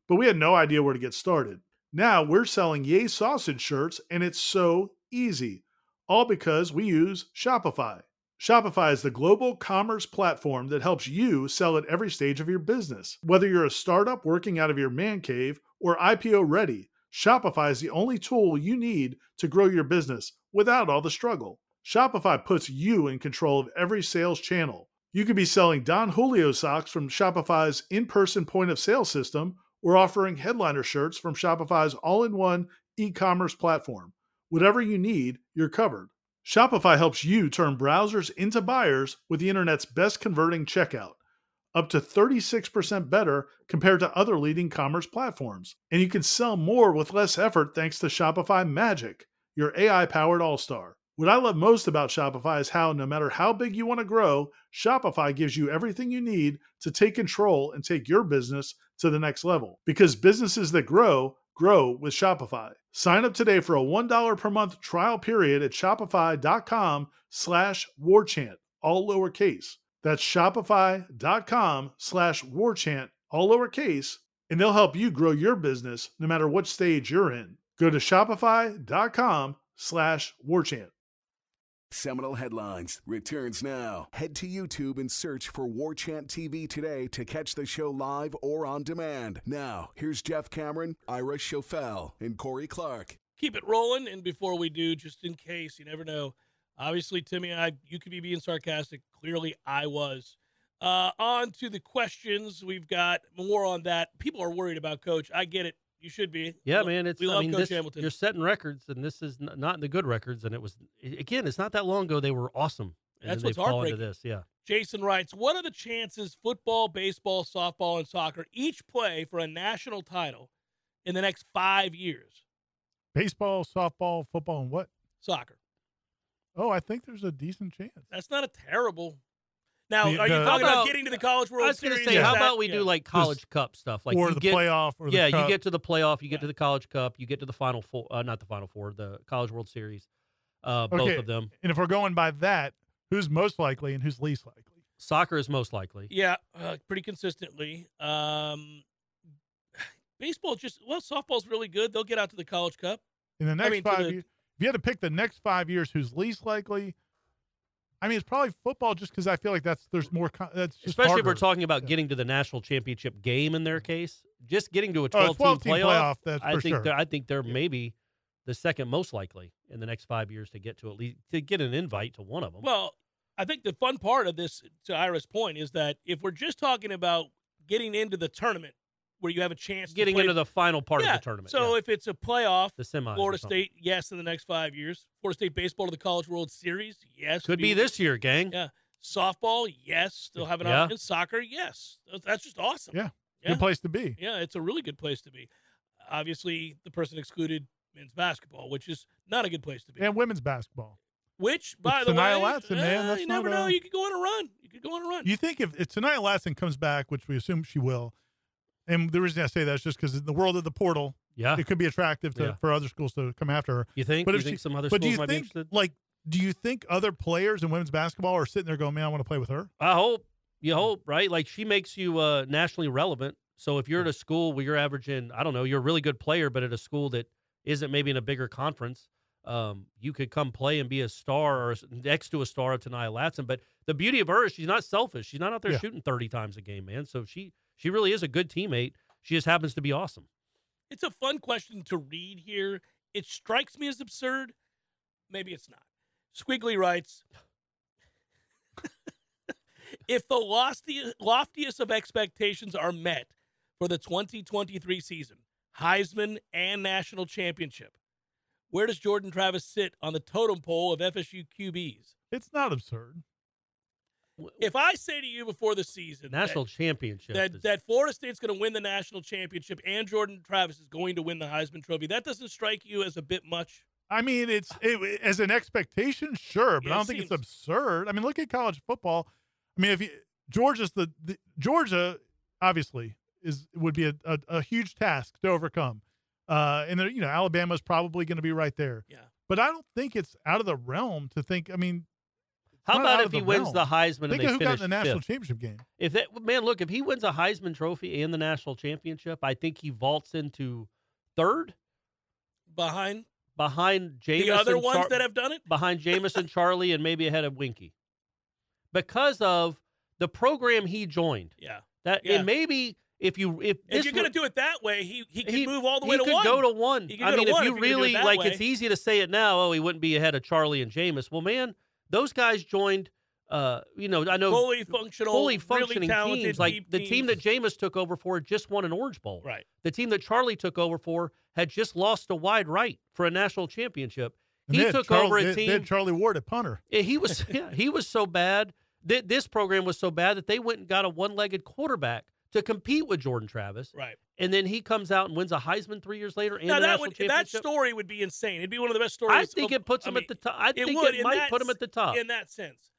E: But we had no idea where to get started. Now we're selling Yay Sausage shirts, and it's so easy, all because we use Shopify. Shopify is the global commerce platform that helps you sell at every stage of your business. Whether you're a startup working out of your man cave or IPO ready, Shopify is the only tool you need to grow your business without all the struggle. Shopify puts you in control of every sales channel
D: You could be selling Don Julio socks from Shopify's in person point of sale system or offering headliner shirts from Shopify's all in one e commerce platform. Whatever you need, you're covered. Shopify helps you turn browsers into buyers with the internet's best converting checkout, up to 36% better compared to other leading commerce platforms. And you can sell more with less effort thanks to Shopify Magic, your AI powered all star. What I love most about Shopify is how, no matter how big you want to grow, Shopify gives you everything you need to take control and take your business to the next level. Because businesses that grow, grow with Shopify. Sign up today for a $1 per month trial period at shopify.com slash warchant, all lowercase. That's shopify.com slash warchant, all lowercase, and they'll help you grow your business no matter what stage you're in. Go to shopify.com slash warchant.
A: Seminal Headlines returns now. Head to YouTube and search for War Chant TV today to catch the show live or on demand. Now, here's Jeff Cameron, Ira Schofel, and Corey Clark.
B: Keep it rolling, and before we do, just in case, you never know. Obviously, Timmy, I you could be being sarcastic. Clearly, I was. Uh, on to the questions. We've got more on that. People are worried about Coach. I get it. You should be.
C: Yeah,
B: We-
C: man. It's
B: we
C: I
B: love
C: mean,
B: Coach
C: this-
B: Hamilton.
C: you're setting records, and this is n- not the good records. And it was again, it's not that long ago they were awesome. And
B: That's
C: then
B: what's
C: they fall into
B: heartbreaking.
C: this. Yeah,
B: Jason writes, What are the chances football, baseball, softball, and soccer each play for a national title in the next five years?
F: Baseball, softball, football, and what?
B: Soccer.
F: Oh, I think there's a decent chance.
B: That's not a terrible. Now,
F: The-
B: are you talking
F: the-
C: How about-
B: about getting to the College World
C: I was gonna
B: Series?
C: say,
B: Is
C: how
B: that-
C: about we
B: yeah.
C: do like college cup stuff, like
F: or
C: you
F: the
C: get-
F: playoff or the
C: yeah,
F: cup.
C: you get to the playoff, you get
B: Yeah.
C: to the college cup, you get to the final four, uh, not the final four, the college world series, uh,
F: Okay.
C: both of them.
F: and if we're going by that, who's most likely and who's least likely?
C: Soccer is most likely.
B: Yeah, uh, pretty consistently. Um, baseball just well, softball's really good. They'll get out to the College Cup.
F: In the next
B: mean, to
F: five
B: the-
F: years, if you had to pick the next five years, who's least likely? I mean, it's probably football, just because I feel like that's there's more. Con- that's just
C: Especially if we're
F: harder.
C: talking about
F: Yeah.
C: getting to the national championship game in their case, just getting to a
F: Oh,
C: 12
F: a 12
C: team
F: team
C: playoff.
F: playoff, that's
C: I
F: for
C: think
F: sure.
C: they're, I think they're
F: Yeah.
C: maybe the second most likely in the next five years to get to at least to get an invite to one of them.
B: Well, I think the fun part of this, to Ira's point, is that if we're just talking about getting into the tournament where you have a chance
C: getting
B: to play,
C: into the final part
B: Yeah,
C: of the tournament.
B: So
C: yeah.
B: if it's a playoff,
C: the semi,
B: Florida State, yes, in the next five years. Florida State baseball to the College World Series, yes.
C: could be this year, gang.
B: Yeah. Softball, yes. Still have an
C: Yeah.
B: option. Soccer, yes. That's- That's just awesome.
F: Yeah.
B: Yeah.
F: good place to be.
B: Yeah, it's a really good place to be. Obviously, the person excluded men's basketball, which is not a good place to be.
F: And women's basketball.
B: which, by
F: It's
B: the way,
F: Tania Latson, man.
B: uh,
F: That's
B: you never
F: not
B: know.
F: a-
B: You could go on a run. You could go on a run.
F: You think if, if Tania Lassen comes back, which we assume she will, and the reason I say that is just because in the world of the portal,
C: Yeah.
F: it could be attractive to,
C: Yeah.
F: for other schools to come after her.
C: You think?
F: But
C: you
F: if
C: think
F: she-
C: some other
F: but do
C: schools
F: you
C: might
F: think,
C: be interested?
F: like, do you think other players in women's basketball are sitting there going, "Man, I want to play with her"?
C: I hope
F: Mm.
C: you hope right. Like she makes you uh, nationally relevant. So if you're at
F: Mm.
C: a school where you're averaging, I don't know, you're a really good player, but at a school that isn't maybe in a bigger conference, um, you could come play and be a star or s- next to a star of Tania Latson. But the beauty of her is she's not selfish. She's not out there
F: Yeah.
C: shooting 30 times a game, man. So she she really is a good teammate. She just happens to be awesome.
B: it's a fun question to read here. It strikes me as absurd. Maybe it's not. Squiggly writes If the loftiest, loftiest of expectations are met for the 2023 season, Heisman and national championship, where does Jordan Travis sit on the totem pole of FSU QBs?
F: It's not absurd.
B: If I say to you before the season, that-
C: National championship.
B: that,
C: is-
B: that Florida State's going to win the national championship and Jordan Travis is going to win the Heisman Trophy. That doesn't strike you as a bit much.
F: I mean, it's it, as an expectation, sure, but
B: Yeah,
F: I
B: it
F: don't think it's
B: seems-
F: absurd. I mean, look at college football. I mean, if you, Georgia's the, the Georgia obviously is would be a, a, a huge task to overcome, uh, and there, you know Alabama's probably going to be right there.
B: Yeah.
F: but I don't think it's out of the realm to think. I mean,
C: How
F: not
C: about
F: out
C: if
F: of
C: he
F: the
C: wins the
F: realm.
C: Heisman
F: think
C: and they
F: of who got
C: finish
F: in the national
C: fifth?
F: championship game.
C: If that man, look, if he wins a Heisman Trophy and the national championship, I think he vaults into third
B: Behind
C: behind Jameis.
B: the other
C: and
B: ones
C: Char-
B: that have done it,
C: behind Jameis and Charlie, and maybe ahead of Winky, because of the program he joined.
B: yeah.
C: That
B: Yeah.
C: and maybe if you if,
B: If
C: this
B: you're going
C: were-
B: to do it that way, he he can
C: he-
B: move all the way
C: he
B: to
C: could
B: one.
C: go to one.
B: He could
C: I
B: go to
C: mean, if
B: one
C: you
B: if you're gonna do it
C: really
B: that
C: like,
B: way.
C: it's easy to say it now. Oh, he wouldn't be ahead of Charlie and Jameis. Well, man, those guys joined Uh, you know, I know
B: fully functional,
C: fully
B: really
C: functioning
B: talented,
C: teams. Like
B: deep
C: the team that
B: teams.
C: Jameis took over for just won an Orange Bowl.
B: right.
C: The team that Charlie took over for had just lost a wide right for a national championship.
F: And
C: he
F: then
C: took
F: Charles-
C: over a
F: then-
C: team.
F: Then Charlie Ward at punter.
C: Yeah, he was yeah, he was so bad. Th- this program was so bad that they went and got a one-legged quarterback to compete with Jordan Travis,
B: Right.
C: and then he comes out and wins a Heisman three years later. And
B: Now
C: a
B: that
C: national
B: would that
C: championship.
B: story would be insane. It'd be one of the best stories.
C: I think
B: of-
C: it puts
B: I
C: him
B: mean,
C: at the top. I think
B: would
C: it
B: in
C: might
B: that
C: put him
B: s-
C: at the top.
B: in that sense.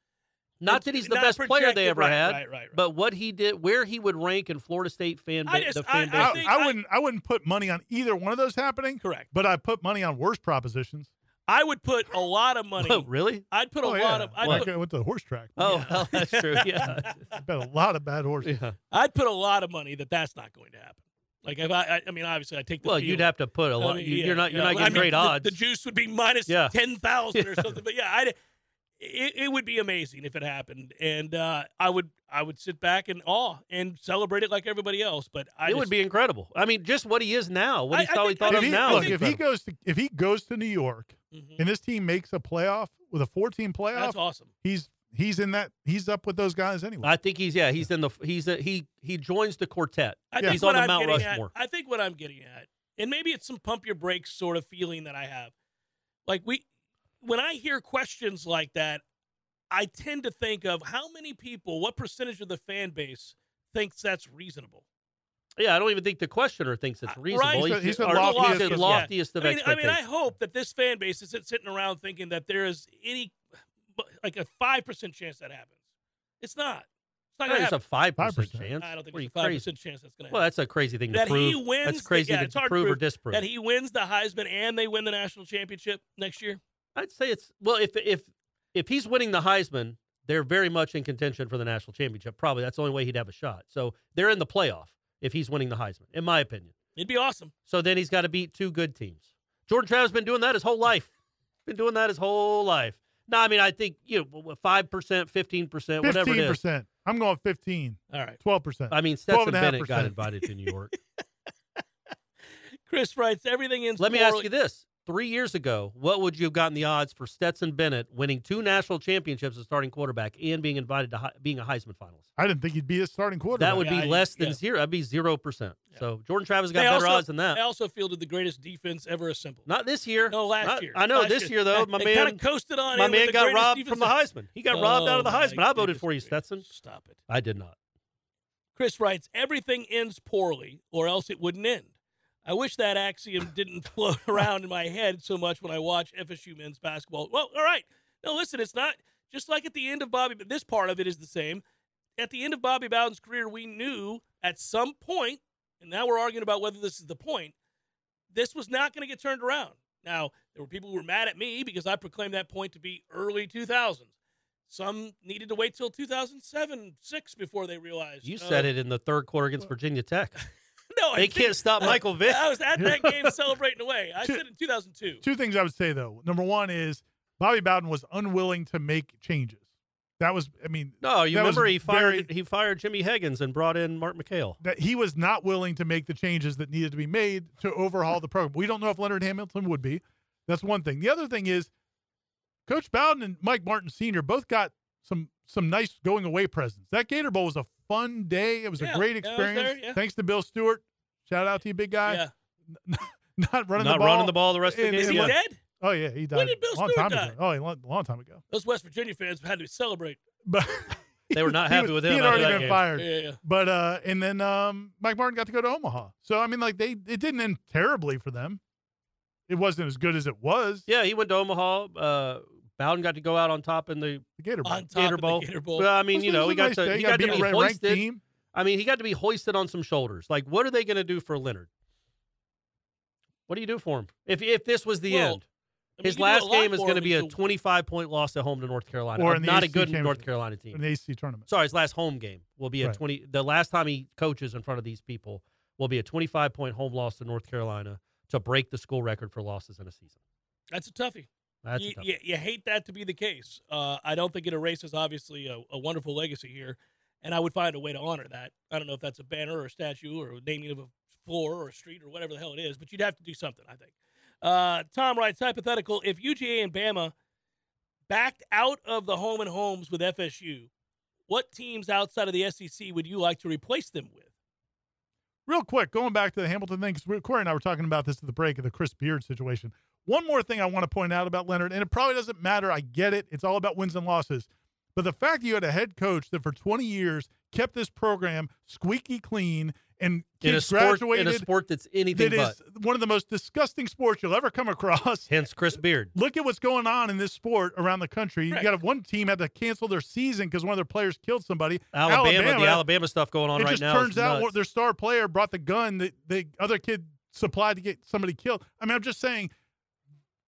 C: not
B: It's
C: that he's the
B: not
C: best player
B: projected-
C: they ever
B: right,
C: had,
B: right, right, right.
C: but what he did, where he would rank in Florida State fan,
B: I
C: ba-
B: just-
C: the fan
B: I
C: base.
F: I,
B: think
F: I
B: I-
F: wouldn't. I wouldn't put money on either one of those happening.
B: Correct.
F: But I put money on worse propositions.
B: I would put a lot of money.
C: Whoa, really?
B: I'd put a
F: Oh, yeah.
B: lot of I'd
F: Like,
B: put,
F: I went to the horse track.
C: Oh,
B: Yeah.
C: well, that's true. Yeah.
F: I bet a lot of bad horses.
C: yeah.
B: I'd put a lot of money that that's not going to happen. Like if I, I, I mean, obviously, I take the.
C: Well,
B: field.
C: you'd have to put a
B: I
C: lot.
B: mean,
C: you-
B: yeah,
C: you're not. You're
B: yeah.
C: not
B: I
C: getting
B: mean,
C: great
B: the-
C: odds.
B: The juice would be minus
C: Yeah.
B: ten thousand or
C: Yeah.
B: something. But yeah, I. It, it would be amazing if it happened, and uh, I would I would sit back in awe and celebrate it like everybody else. But I
C: it
B: just,
C: would be incredible. I mean, just what he is now, what
B: I-
C: he
B: I
C: thought he
B: think-
C: thought
B: I
C: of
F: he,
B: think-
C: now.
F: look,
C: is
F: if he
C: incredible.
F: goes to if he goes to New York
B: Mhm.
F: and this team makes a playoff with a four team playoff,
B: that's awesome.
F: he's he's in that he's up with those guys anyway.
C: I think he's yeah. He's in the he's a, he he joins the quartet.
B: I
F: Yeah.
B: think
C: He's
B: what
C: on the
B: I'm
C: Mount
B: getting at-
C: Rushmore.
B: I think what I'm getting at, and maybe it's some pump your brakes sort of feeling that I have. Like we, when I hear questions like that, I tend to think of how many people, what percentage of the fan base thinks that's reasonable.
C: Yeah, I don't even think the questioner thinks it's
B: Uh,
C: reasonable.
B: right.
F: He's the- he's the
C: or
F: loftiest-
C: the
F: yeah.
C: loftiest of
B: I mean, I mean,
C: expectations.
B: I hope that this fan base isn't sitting around thinking that there is any, like a five percent chance that happens. It's not. It's not
C: I
B: gonna
C: think it's a
B: happen.
C: five percent
F: 5%.
C: chance.
B: I don't think
C: What are
B: there's
C: you
B: a five
C: crazy?
B: percent chance that's gonna happen.
C: Well, that's a crazy thing
B: That
C: to
B: he
C: prove.
B: wins
C: that's
B: the-
C: crazy
B: yeah,
C: to
B: it's hard to
C: prove or
B: prove
C: disprove.
B: that he wins the Heisman and they win the national championship next year.
C: I'd say it's well if if if he's winning the Heisman, they're very much in contention for the national championship. Probably that's the only way he'd have a shot. So they're in the playoff if he's winning the Heisman, in my opinion.
B: It'd be awesome.
C: So then he's got to beat two good teams. Jordan Travis been doing that his whole life. Been doing that his whole life. No, I mean I think you know five percent, fifteen percent, whatever it
F: Fifteen
C: is.
F: percent. I'm going 15,
B: All right.
F: 12 percent.
C: I mean Stetson
F: 12.5%.
C: Bennett got invited to New York.
B: Chris writes everything in.
C: Let me ask you this: Three years ago, what would you have gotten the odds for Stetson Bennett winning two national championships as starting quarterback and being invited to Hei- being a Heisman finalist?
F: I didn't think he'd be a starting quarterback.
C: That would be
B: Yeah, I-
C: less than
B: yeah.
C: zero. That'd be zero percent.
B: Yeah.
C: So Jordan Travis got
B: They
C: better
B: also-
C: odds than that.
B: I also fielded the greatest defense ever assembled.
C: Not this year.
B: no, last
C: Not-
B: year.
C: I know
B: Last
C: this year though,
B: They-
C: my
B: they
C: man,
B: kinda coasted on.
C: my
B: in with
C: man
B: the
C: got
B: greatest
C: robbed
B: defense
C: from the
B: ever-
C: Heisman. He got robbed out of the
B: Oh, my
C: Heisman. I
B: goodness
C: voted for you,
B: gracious.
C: Stetson.
B: Stop it.
C: I did not.
B: Chris writes, everything ends poorly, or else it wouldn't end. I wish that axiom didn't float around in my head so much when I watch FSU men's basketball. Well, all right. No, listen, it's not just like at the end of Bobby, but this part of it is the same. At the end of Bobby Bowden's career, we knew at some point, and now we're arguing about whether this is the point, this was not going to get turned around. Now, there were people who were mad at me because I proclaimed that point to be early 2000s. Some needed to wait till 2007, 6 before they realized.
C: You
B: oh,
C: said it in the third quarter against Virginia Tech.
B: no, I
C: They
B: think-
C: can't stop Michael Vick.
B: I was at that game celebrating away. I said in 2002.
F: Two things I would say though. Number one is Bobby Bowden was unwilling to make changes. That was, I mean,
C: No, you
F: That was
C: remember he fired
F: very-
C: he fired Jimmy Higgins and brought in Mark McHale.
F: that he was not willing to make the changes that needed to be made to overhaul the program. We don't know if Leonard Hamilton would be. That's one thing. The other thing is Coach Bowden and Mike Martin Sr. both got some some nice going away presents. That Gator Bowl was a fun day. It was
B: Yeah,
F: a great
B: yeah, I was there,
F: experience.
B: yeah.
F: Thanks to Bill Stewart. Shout out to you, big guy.
B: Yeah.
F: Not running
C: not
F: the ball.
C: running the ball the rest of the
F: And-
C: game.
B: Is he
F: Yeah.
B: dead?
F: Oh yeah, he died.
B: did Bill
F: a long
B: Stewart
F: time
B: die?
F: ago. Oh, a long, long time ago.
B: Those West Virginia fans had to celebrate.
F: But
C: They were not
F: he
C: happy
F: was-
C: with him
F: He had
C: after
F: already
C: that
F: been
C: game.
B: Yeah,
F: fired.
B: yeah. yeah.
F: But uh, and then um, Mike Martin got to go to Omaha. So I mean, like they it didn't end terribly for them. It wasn't as good as it was.
C: Yeah, he went to Omaha. Uh, Bowden got to go out on top in the.
F: The Gator Bowl.
B: On top
C: Gator
B: of
C: Bowl.
B: the Gator Bowl.
C: Well, I mean,
F: It
C: you know, he
F: was a
C: got
F: nice
C: to
F: day.
C: he got
F: beat
C: to be
F: a ranked
C: hoisted.
F: team.
C: I mean, he got to be hoisted on some shoulders. Like, what are they going to do for Leonard? What do you do for him if if this was the
B: Well,
C: end?
B: I mean, you
C: His
B: can do
C: last
B: lot
C: game is
B: more
C: going to
B: than
C: be a
B: just
C: 25 point loss at home to North Carolina.
F: Or
C: of
F: in the
C: not a
F: ACC
C: good North
F: championship.
C: Carolina
F: in
C: team.
F: the AC tournament.
C: Sorry, his last home game will be a
F: Right.
C: 20. The last time he coaches in front of these people will be a 25 point home loss to North Carolina to break the school record for losses in a season.
B: That's a toughie.
C: That's a
B: you,
C: tough
B: you, you hate that to be the case. Uh, I don't think it erases, obviously, a, a wonderful legacy here, and I would find a way to honor that. I don't know if that's a banner or a statue or a naming of a floor or a street or whatever the hell it is, but you'd have to do something, I think. Uh, Tom writes hypothetical if UGA and Bama backed out of the home and homes with FSU, what teams outside of the SEC would you like to replace them with?
F: Real quick, going back to the Hamilton thing, because Corey and I were talking about this at the break of the Chris Beard situation. One more thing I want to point out about Leonard, and it probably doesn't matter. I get it. It's all about wins and losses. But the fact that you had a head coach that for 20 years kept this program squeaky clean and
C: in a
F: kids
C: sport in
F: graduated
C: a sport that's anything
F: that
C: but.
F: is one of the most disgusting sports you'll ever come across.
C: Hence Chris Beard.
F: Look at what's going on in this sport around the country.
B: Right.
F: You got one team had to cancel their season because one of their players killed somebody.
C: Alabama, the Alabama stuff going on
F: It
C: right
F: just
C: now. is
F: turns out
C: nuts.
F: what their star player brought the gun that the other kid supplied to get somebody killed. I mean, I'm just saying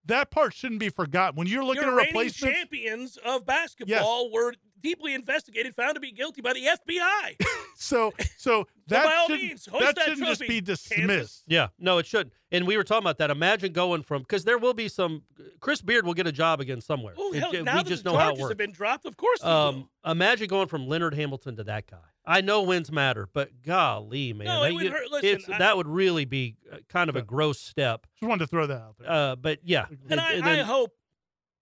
F: that part shouldn't be forgotten. When you're looking
B: Your
F: at
B: reigning
F: replacements,
B: champions of basketball were deeply investigated, found to be guilty by the FBI.
F: so so that
B: by all
F: shouldn't,
B: means, hoist
F: that
B: that
F: shouldn't just
B: trophy,
F: be dismissed.
C: Yeah, no, it shouldn't. And we were talking about that. Imagine going from because there will be some. Chris Beard will get a job again somewhere.
B: Oh,
C: It-
B: hell,
C: it-
B: now
C: we
B: that
C: just
B: the
C: know how it
B: charges
C: works.
B: have been dropped, of course. they will.
C: um, imagine going from Leonard Hamilton to that guy. I know wins matter, but golly, man,
B: No, it
C: that-
B: would
C: you-
B: hurt- listen,
C: it's-
B: I-
C: that would really be uh, kind of a gross step.
F: Just wanted to throw that out there.
C: Uh, but yeah,
B: And I,
C: then-
B: I hope,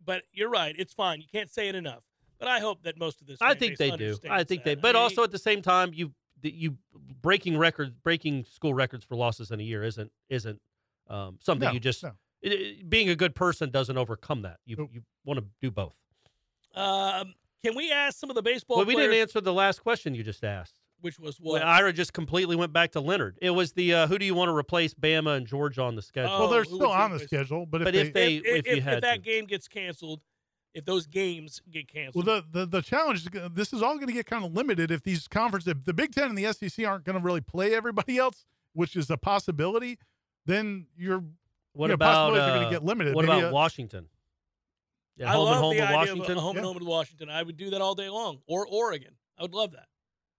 B: but you're right. It's fine. You can't say it enough. But I hope that most of this.
C: I
B: fan
C: think
B: base
C: they do.
B: understands
C: I think they.
B: that.
C: But
B: I mean,
C: also at the same time, you that you breaking records, breaking school records for losses in a year isn't isn't um, something
F: No,
C: you just.
F: no.
C: it- it- being a good person doesn't overcome that. You
F: Nope.
C: you want to do both.
B: um, can we ask some of the baseball
C: well, we
B: players,
C: didn't answer the last question you just asked.
B: which was
C: Well,
B: what?
C: Ira just completely went back to Leonard. It was the uh, who do you want to replace Bama and Georgia on the schedule?
F: well, they're
B: Oh, who would
F: still on
B: you
F: the
B: replace?
F: schedule, but if
C: But
F: they,
C: if they-
B: if,
C: if you had
B: that
C: to.
B: game gets canceled, if those games get
F: Well,
B: canceled,
F: the, the, the challenge is gonna- this is all going to get kind of limited if these conferences, if the Big Ten and the SEC aren't going to really play everybody else, which is a possibility, then you're
C: what
F: yeah,
C: about
F: possibilities are gonna
C: uh,
F: get limited.
C: What
F: Maybe
C: about
F: a-
C: Washington? Yeah,
B: I
C: home
B: love
C: and home
B: the
C: with
B: idea
C: Washington.
B: of a home and
F: Yeah.
B: home in Washington. I would do that all day long, or Oregon. I would love that.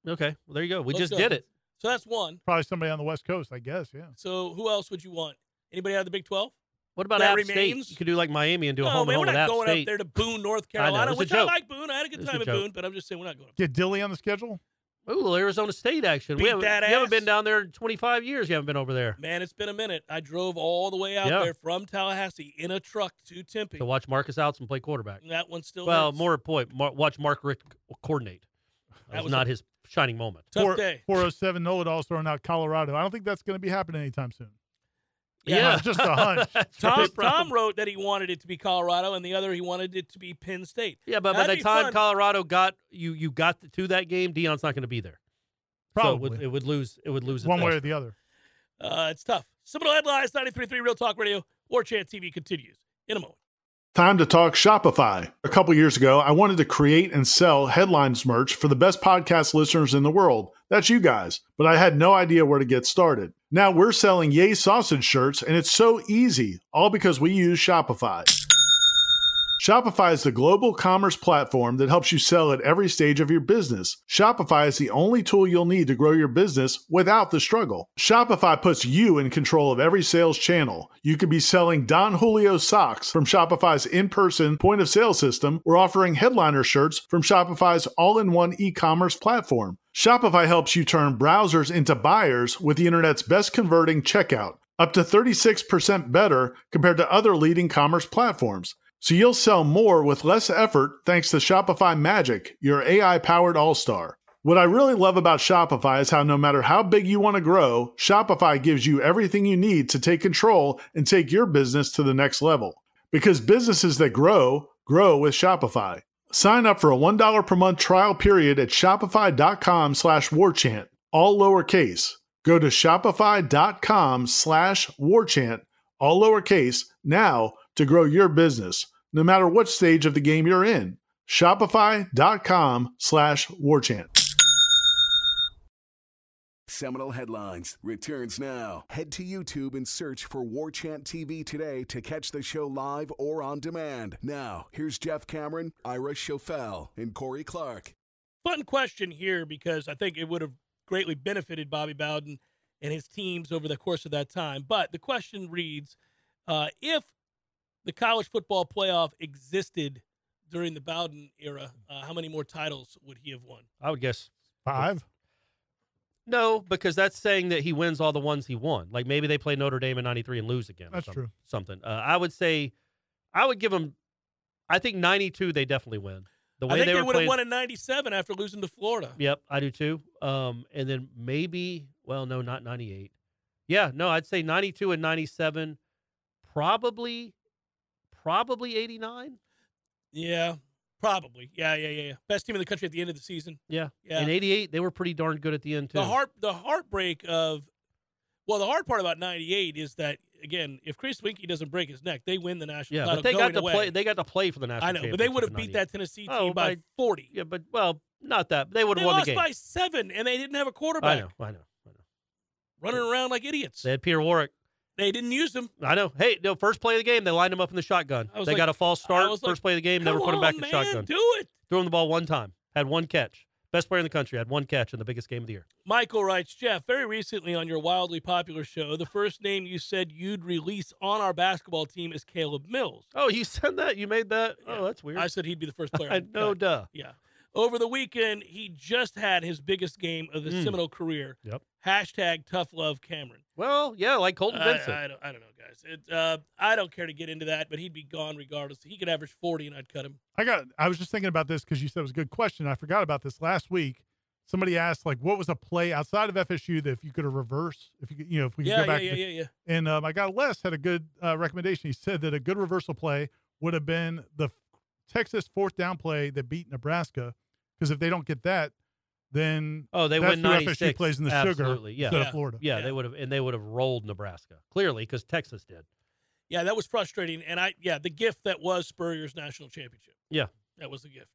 C: okay, well there you go. We
B: Let's
C: just
B: go.
C: did it.
B: So that's one.
F: probably somebody on the West Coast, I guess. Yeah.
B: So who else would you want? Anybody out of the Big Twelve?
C: What about
B: That
C: App State?
B: remains?
C: You could do like Miami and do a
B: no,
C: home
B: man,
C: and home
B: we're
C: with
B: not
C: App
B: going
C: State.
B: up there to Boone, North
C: I know, it
B: Carolina,
C: was a
B: which I
C: joke.
B: like Boone. I had a good
C: It was a
B: time at
C: joke.
B: Boone, but I'm just saying we're not going up.
F: Get Dilly on the schedule.
C: Ooh, Arizona State action.
B: Beat
C: we haven't,
B: that
C: you haven't
B: ass.
C: been down there in 25 years. You haven't been over there
B: Man, it's been a minute. I drove all the way out
C: Yeah.
B: there from Tallahassee in a truck to Tempe.
C: to watch Marcus Outson play quarterback.
B: And that one still
C: Well,
B: hurts.
C: more point, Mar- watch Mark Rick coordinate. That,
B: That
C: was,
B: was
C: not his shining moment.
B: tough
F: Four-
B: day.
F: 407 Nolidol's throwing out Colorado. I don't think that's going to be happening anytime soon.
C: Yeah,
F: It's just a hunch.
C: That's
B: Tom,
C: right.
B: Tom wrote that he wanted it to be Colorado, and the other he wanted it to be Penn State.
C: Yeah, but by
B: That'd
C: the
B: be
C: time
B: fun.
C: Colorado got you, you got to that game. Dion's not going to be there. so it
F: Probably
C: would, it would lose. It would lose
F: one
C: its
F: way or
C: luster.
F: the other.
B: Uh, it's tough. Seminole headlines, 93.3 Real Talk Radio, War Chant TV continues in a moment.
D: Time to talk Shopify. A couple years ago, I wanted to create and sell headlines merch for the best podcast listeners in the world. That's you guys, but I had no idea where to get started. Now we're selling Yay Sausage shirts, and it's so easy, all because we use Shopify. Shopify is the global commerce platform that helps you sell at every stage of your business. Shopify is the only tool you'll need to grow your business without the struggle. Shopify puts you in control of every sales channel. You could be selling Don Julio socks from Shopify's in person point of sale system or offering headliner shirts from Shopify's all in one e commerce platform. Shopify helps you turn browsers into buyers with the internet's best converting checkout, up to 36% better compared to other leading commerce platforms. So you'll sell more with less effort thanks to Shopify Magic, your AI powered all star. What I really love about Shopify is how no matter how big you want to grow, Shopify gives you everything you need to take control and take your business to the next level. Because businesses that grow, grow with Shopify. Sign up for a $1 per month trial period at shopify.com slash warchant, all lowercase. Go to shopify.com slash warchant, all lowercase, now to grow your business, no matter what stage of the game you're in. Shopify.com slash warchant.
A: Seminal Headlines returns now. Head to YouTube and search for War Chant TV today to catch the show live or on demand. Now, here's Jeff Cameron, Ira Schofel, and Corey Clark.
B: Fun question here because I think it would have greatly benefited Bobby Bowden and his teams over the course of that time. But the question reads uh, if the college football playoff existed during the Bowden era, uh, how many more titles would he have won?
C: I would guess
F: Five.
C: no, because that's saying that he wins all the ones he won. Like maybe they play Notre Dame in '93 and lose again. or
F: That's
C: something-
F: true.
C: Something. Uh, I would say, I would give him. I think 92 they definitely win. The
B: I
C: way
B: think
C: they,
B: they,
C: were
B: would have
C: playing,
B: won in '97 after losing to Florida.
C: Yep, I do too. Um, and then maybe, well, no, not 98. Yeah, no, I'd say 92 and 97, probably, probably 89.
B: Yeah, probably. Yeah, yeah, yeah, yeah. Best team in the country at the end of the season.
C: Yeah.
B: Yeah.
C: And 88, they were pretty darn good at the end, too.
B: The heart, the heartbreak of, well, the hard part about '98 is that again, if Chris Winkie doesn't break his neck, they win the national
C: yeah,
B: title.
C: but they
B: going
C: got to
B: away.
C: play. They got to play for the national.
B: I know, but they
C: championship
B: would have
C: in
B: beat
C: 98.
B: that Tennessee team
C: Oh,
B: by,
C: by-
B: 40.
C: Yeah, but well, not that. They would
B: They
C: have won
B: lost
C: the game.
B: by seven, and they didn't have a
C: I
B: quarterback
C: know, I know, I know.
B: running around like idiots.
C: They had Pierre Warwick.
B: They didn't use them.
C: I know. Hey, no, first play of the game, they lined him up in the shotgun.
B: I was
C: They
B: like-
C: got a false
B: I
C: start.
B: was
C: First
B: like,
C: play of the game, they were
B: Come
C: put him back
B: on,
C: in the
B: man,
C: shotgun.
B: Do it.
C: Threw him the ball one time, had one catch. Best player in the country, had one catch in the biggest game of the year.
B: Michael writes, Jeff, very recently on your wildly popular show, the first name you said you'd release on our basketball team is Caleb Mills.
C: Oh, you said that? You made that?
B: Yeah.
C: Oh, that's weird.
B: I said he'd be the first player.
C: I
B: I'd
C: know,
B: cut.
C: duh.
B: Yeah. Over the weekend, he just had his biggest game of the
C: Mm.
B: Seminole career.
C: Yep.
B: Hashtag tough love Cameron.
C: Well, yeah, like Colton
B: I,
C: Vincent.
B: I don't, I don't know, guys. It, uh, I don't care to get into that, but he'd be gone regardless. He could average 40 and I'd cut him.
F: I got. I was just thinking about this because you said it was a good question. I forgot about this last week. Somebody asked, like, what was a play outside of FSU that if you could have reversed, if you could, you know, if we could
B: Yeah,
F: go
B: yeah,
F: back.
B: yeah,
F: to-
B: yeah, yeah.
F: And um, I got Les had a good uh, recommendation. He said that a good reversal play would have been the Texas fourth down play that beat Nebraska, because if they don't get that, then
C: oh, they
F: that's
C: win
F: who
C: 96.
F: FSU plays in the
C: Absolutely,
F: sugar
C: yeah.
F: instead
B: Yeah.
F: of Florida.
C: Yeah,
B: Yeah.
C: they would have, and they would have rolled Nebraska clearly because Texas did.
B: Yeah, that was frustrating. And I, yeah, the gift that was Spurrier's national championship.
C: Yeah.
B: That was the gift.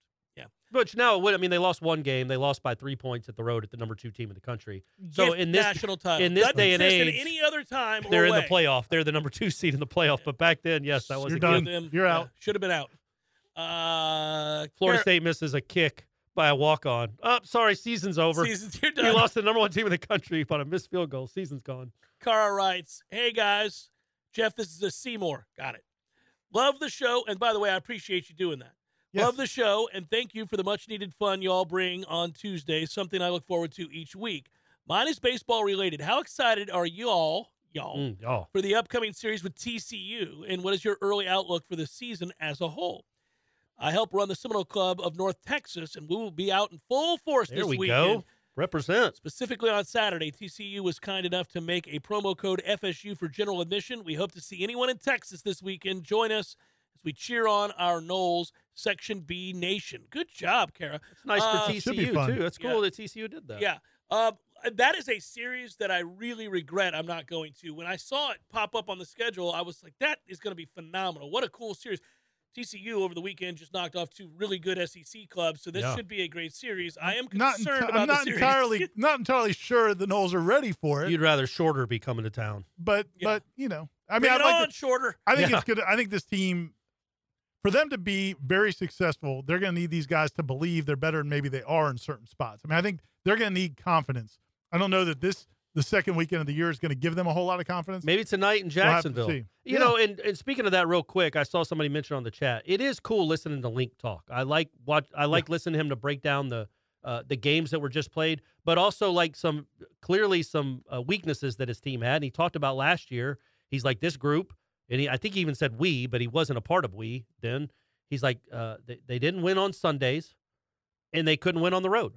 C: Which now, it would, I mean, they lost one game. They lost by three points at the road at the number two team in the country. So
B: Gift
C: in this-
B: national title,
C: in this
B: Doesn't
C: day and
B: exist
C: age,
B: at any other time, or
C: They're in the
B: way.
C: playoff. They're the number two seed in the playoff. But back then, yes, that was
F: You're
C: a
F: done.
C: gift.
B: Them-
F: You're
B: yeah,
F: out.
B: should have been out. Uh,
C: Florida
B: Car-
C: State misses a kick by a walk on. Oh, sorry, season's over.
B: Seasons, you're
C: We
B: done.
C: lost to the number one team in the country but a missed field goal. Season's gone.
B: Cara writes, "Hey guys, Jeff, this is a Seymour. Got it. Love the show, and by the way, I appreciate you doing that.
F: Yes.
B: Love the show, and thank you for the much needed fun y'all bring on Tuesday. Something I look forward to each week. Mine is baseball related. How excited are y'all, y'all,
C: Mm, oh,
B: for the upcoming series with TCU, and what is your early outlook for the season as a whole? I help run the Seminole Club of North Texas, and we will be out in full force
C: there
B: this
C: we
B: weekend.
C: go. Represent.
B: Specifically on Saturday, TCU was kind enough to make a promo code FSU for general admission. We hope to see anyone in Texas this weekend. Join us as we cheer on our Knowles Section B Nation. Good job, Kara.
C: It's nice
B: Uh,
C: for
F: Should be
C: TCU
F: fun.
C: too. That's
B: Yeah.
C: cool that TCU did that.
B: Yeah. Uh, that is a series that I really regret I'm not going to. When I saw it pop up on the schedule, I was like, that is going to be phenomenal. What a cool series. TCU over the weekend just knocked off two really good SEC clubs, so this
C: Yeah.
B: should be a great series. I am
F: Not
B: concerned
F: enti-
B: about
F: I'm
B: the
F: not
B: series.
F: entirely not entirely sure the Knowles are ready for it,
C: You'd rather shorter be coming to town.
F: but
B: Yeah.
F: but you know, I mean,
B: Bring
F: I'd
B: it
F: like to
B: on, shorter.
F: I think
C: Yeah.
F: it's good. I think this team, for them to be very successful, they're going to need these guys to believe they're better than maybe they are in certain spots. I mean, I think they're going to need confidence. I don't know that this the second weekend of the year is going to give them a whole lot of confidence.
C: Maybe tonight in
F: We'll have to
C: Jacksonville.
F: see.
C: You know, and, and speaking of that, real quick, I saw somebody mention on the chat. It is cool listening to Link talk. I like watch. I like listening to him to break down the uh, the games that were just played, but also like some clearly some uh, weaknesses that his team had. And he talked about last year. He's like this group, and he, I think he even said we, but he wasn't a part of we then. He's like uh, they, they didn't win on Sundays, and they couldn't win on the road.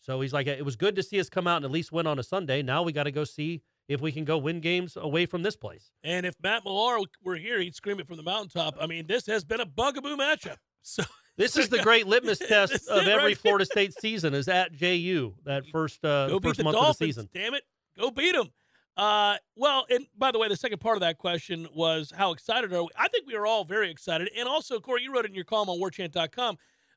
C: So he's like, it was good to see us come out and at least win on a Sunday. Now we got to go see if we can go win games away from this place.
B: And if Matt Millar were here, he'd scream it from the mountaintop. I mean, this has been a bugaboo matchup. So
C: This is the great litmus
B: This is
C: test of
B: it
C: every
B: right
C: Florida State season is at JU that first uh,
B: go beat
C: first
B: the
C: month
B: Dolphins.
C: of the season.
B: Damn it, go beat them. Uh, well, and by the way, the second part of that question was how excited are we? I think we are all very excited. And also, Corey, you wrote in your column on WarChant.com.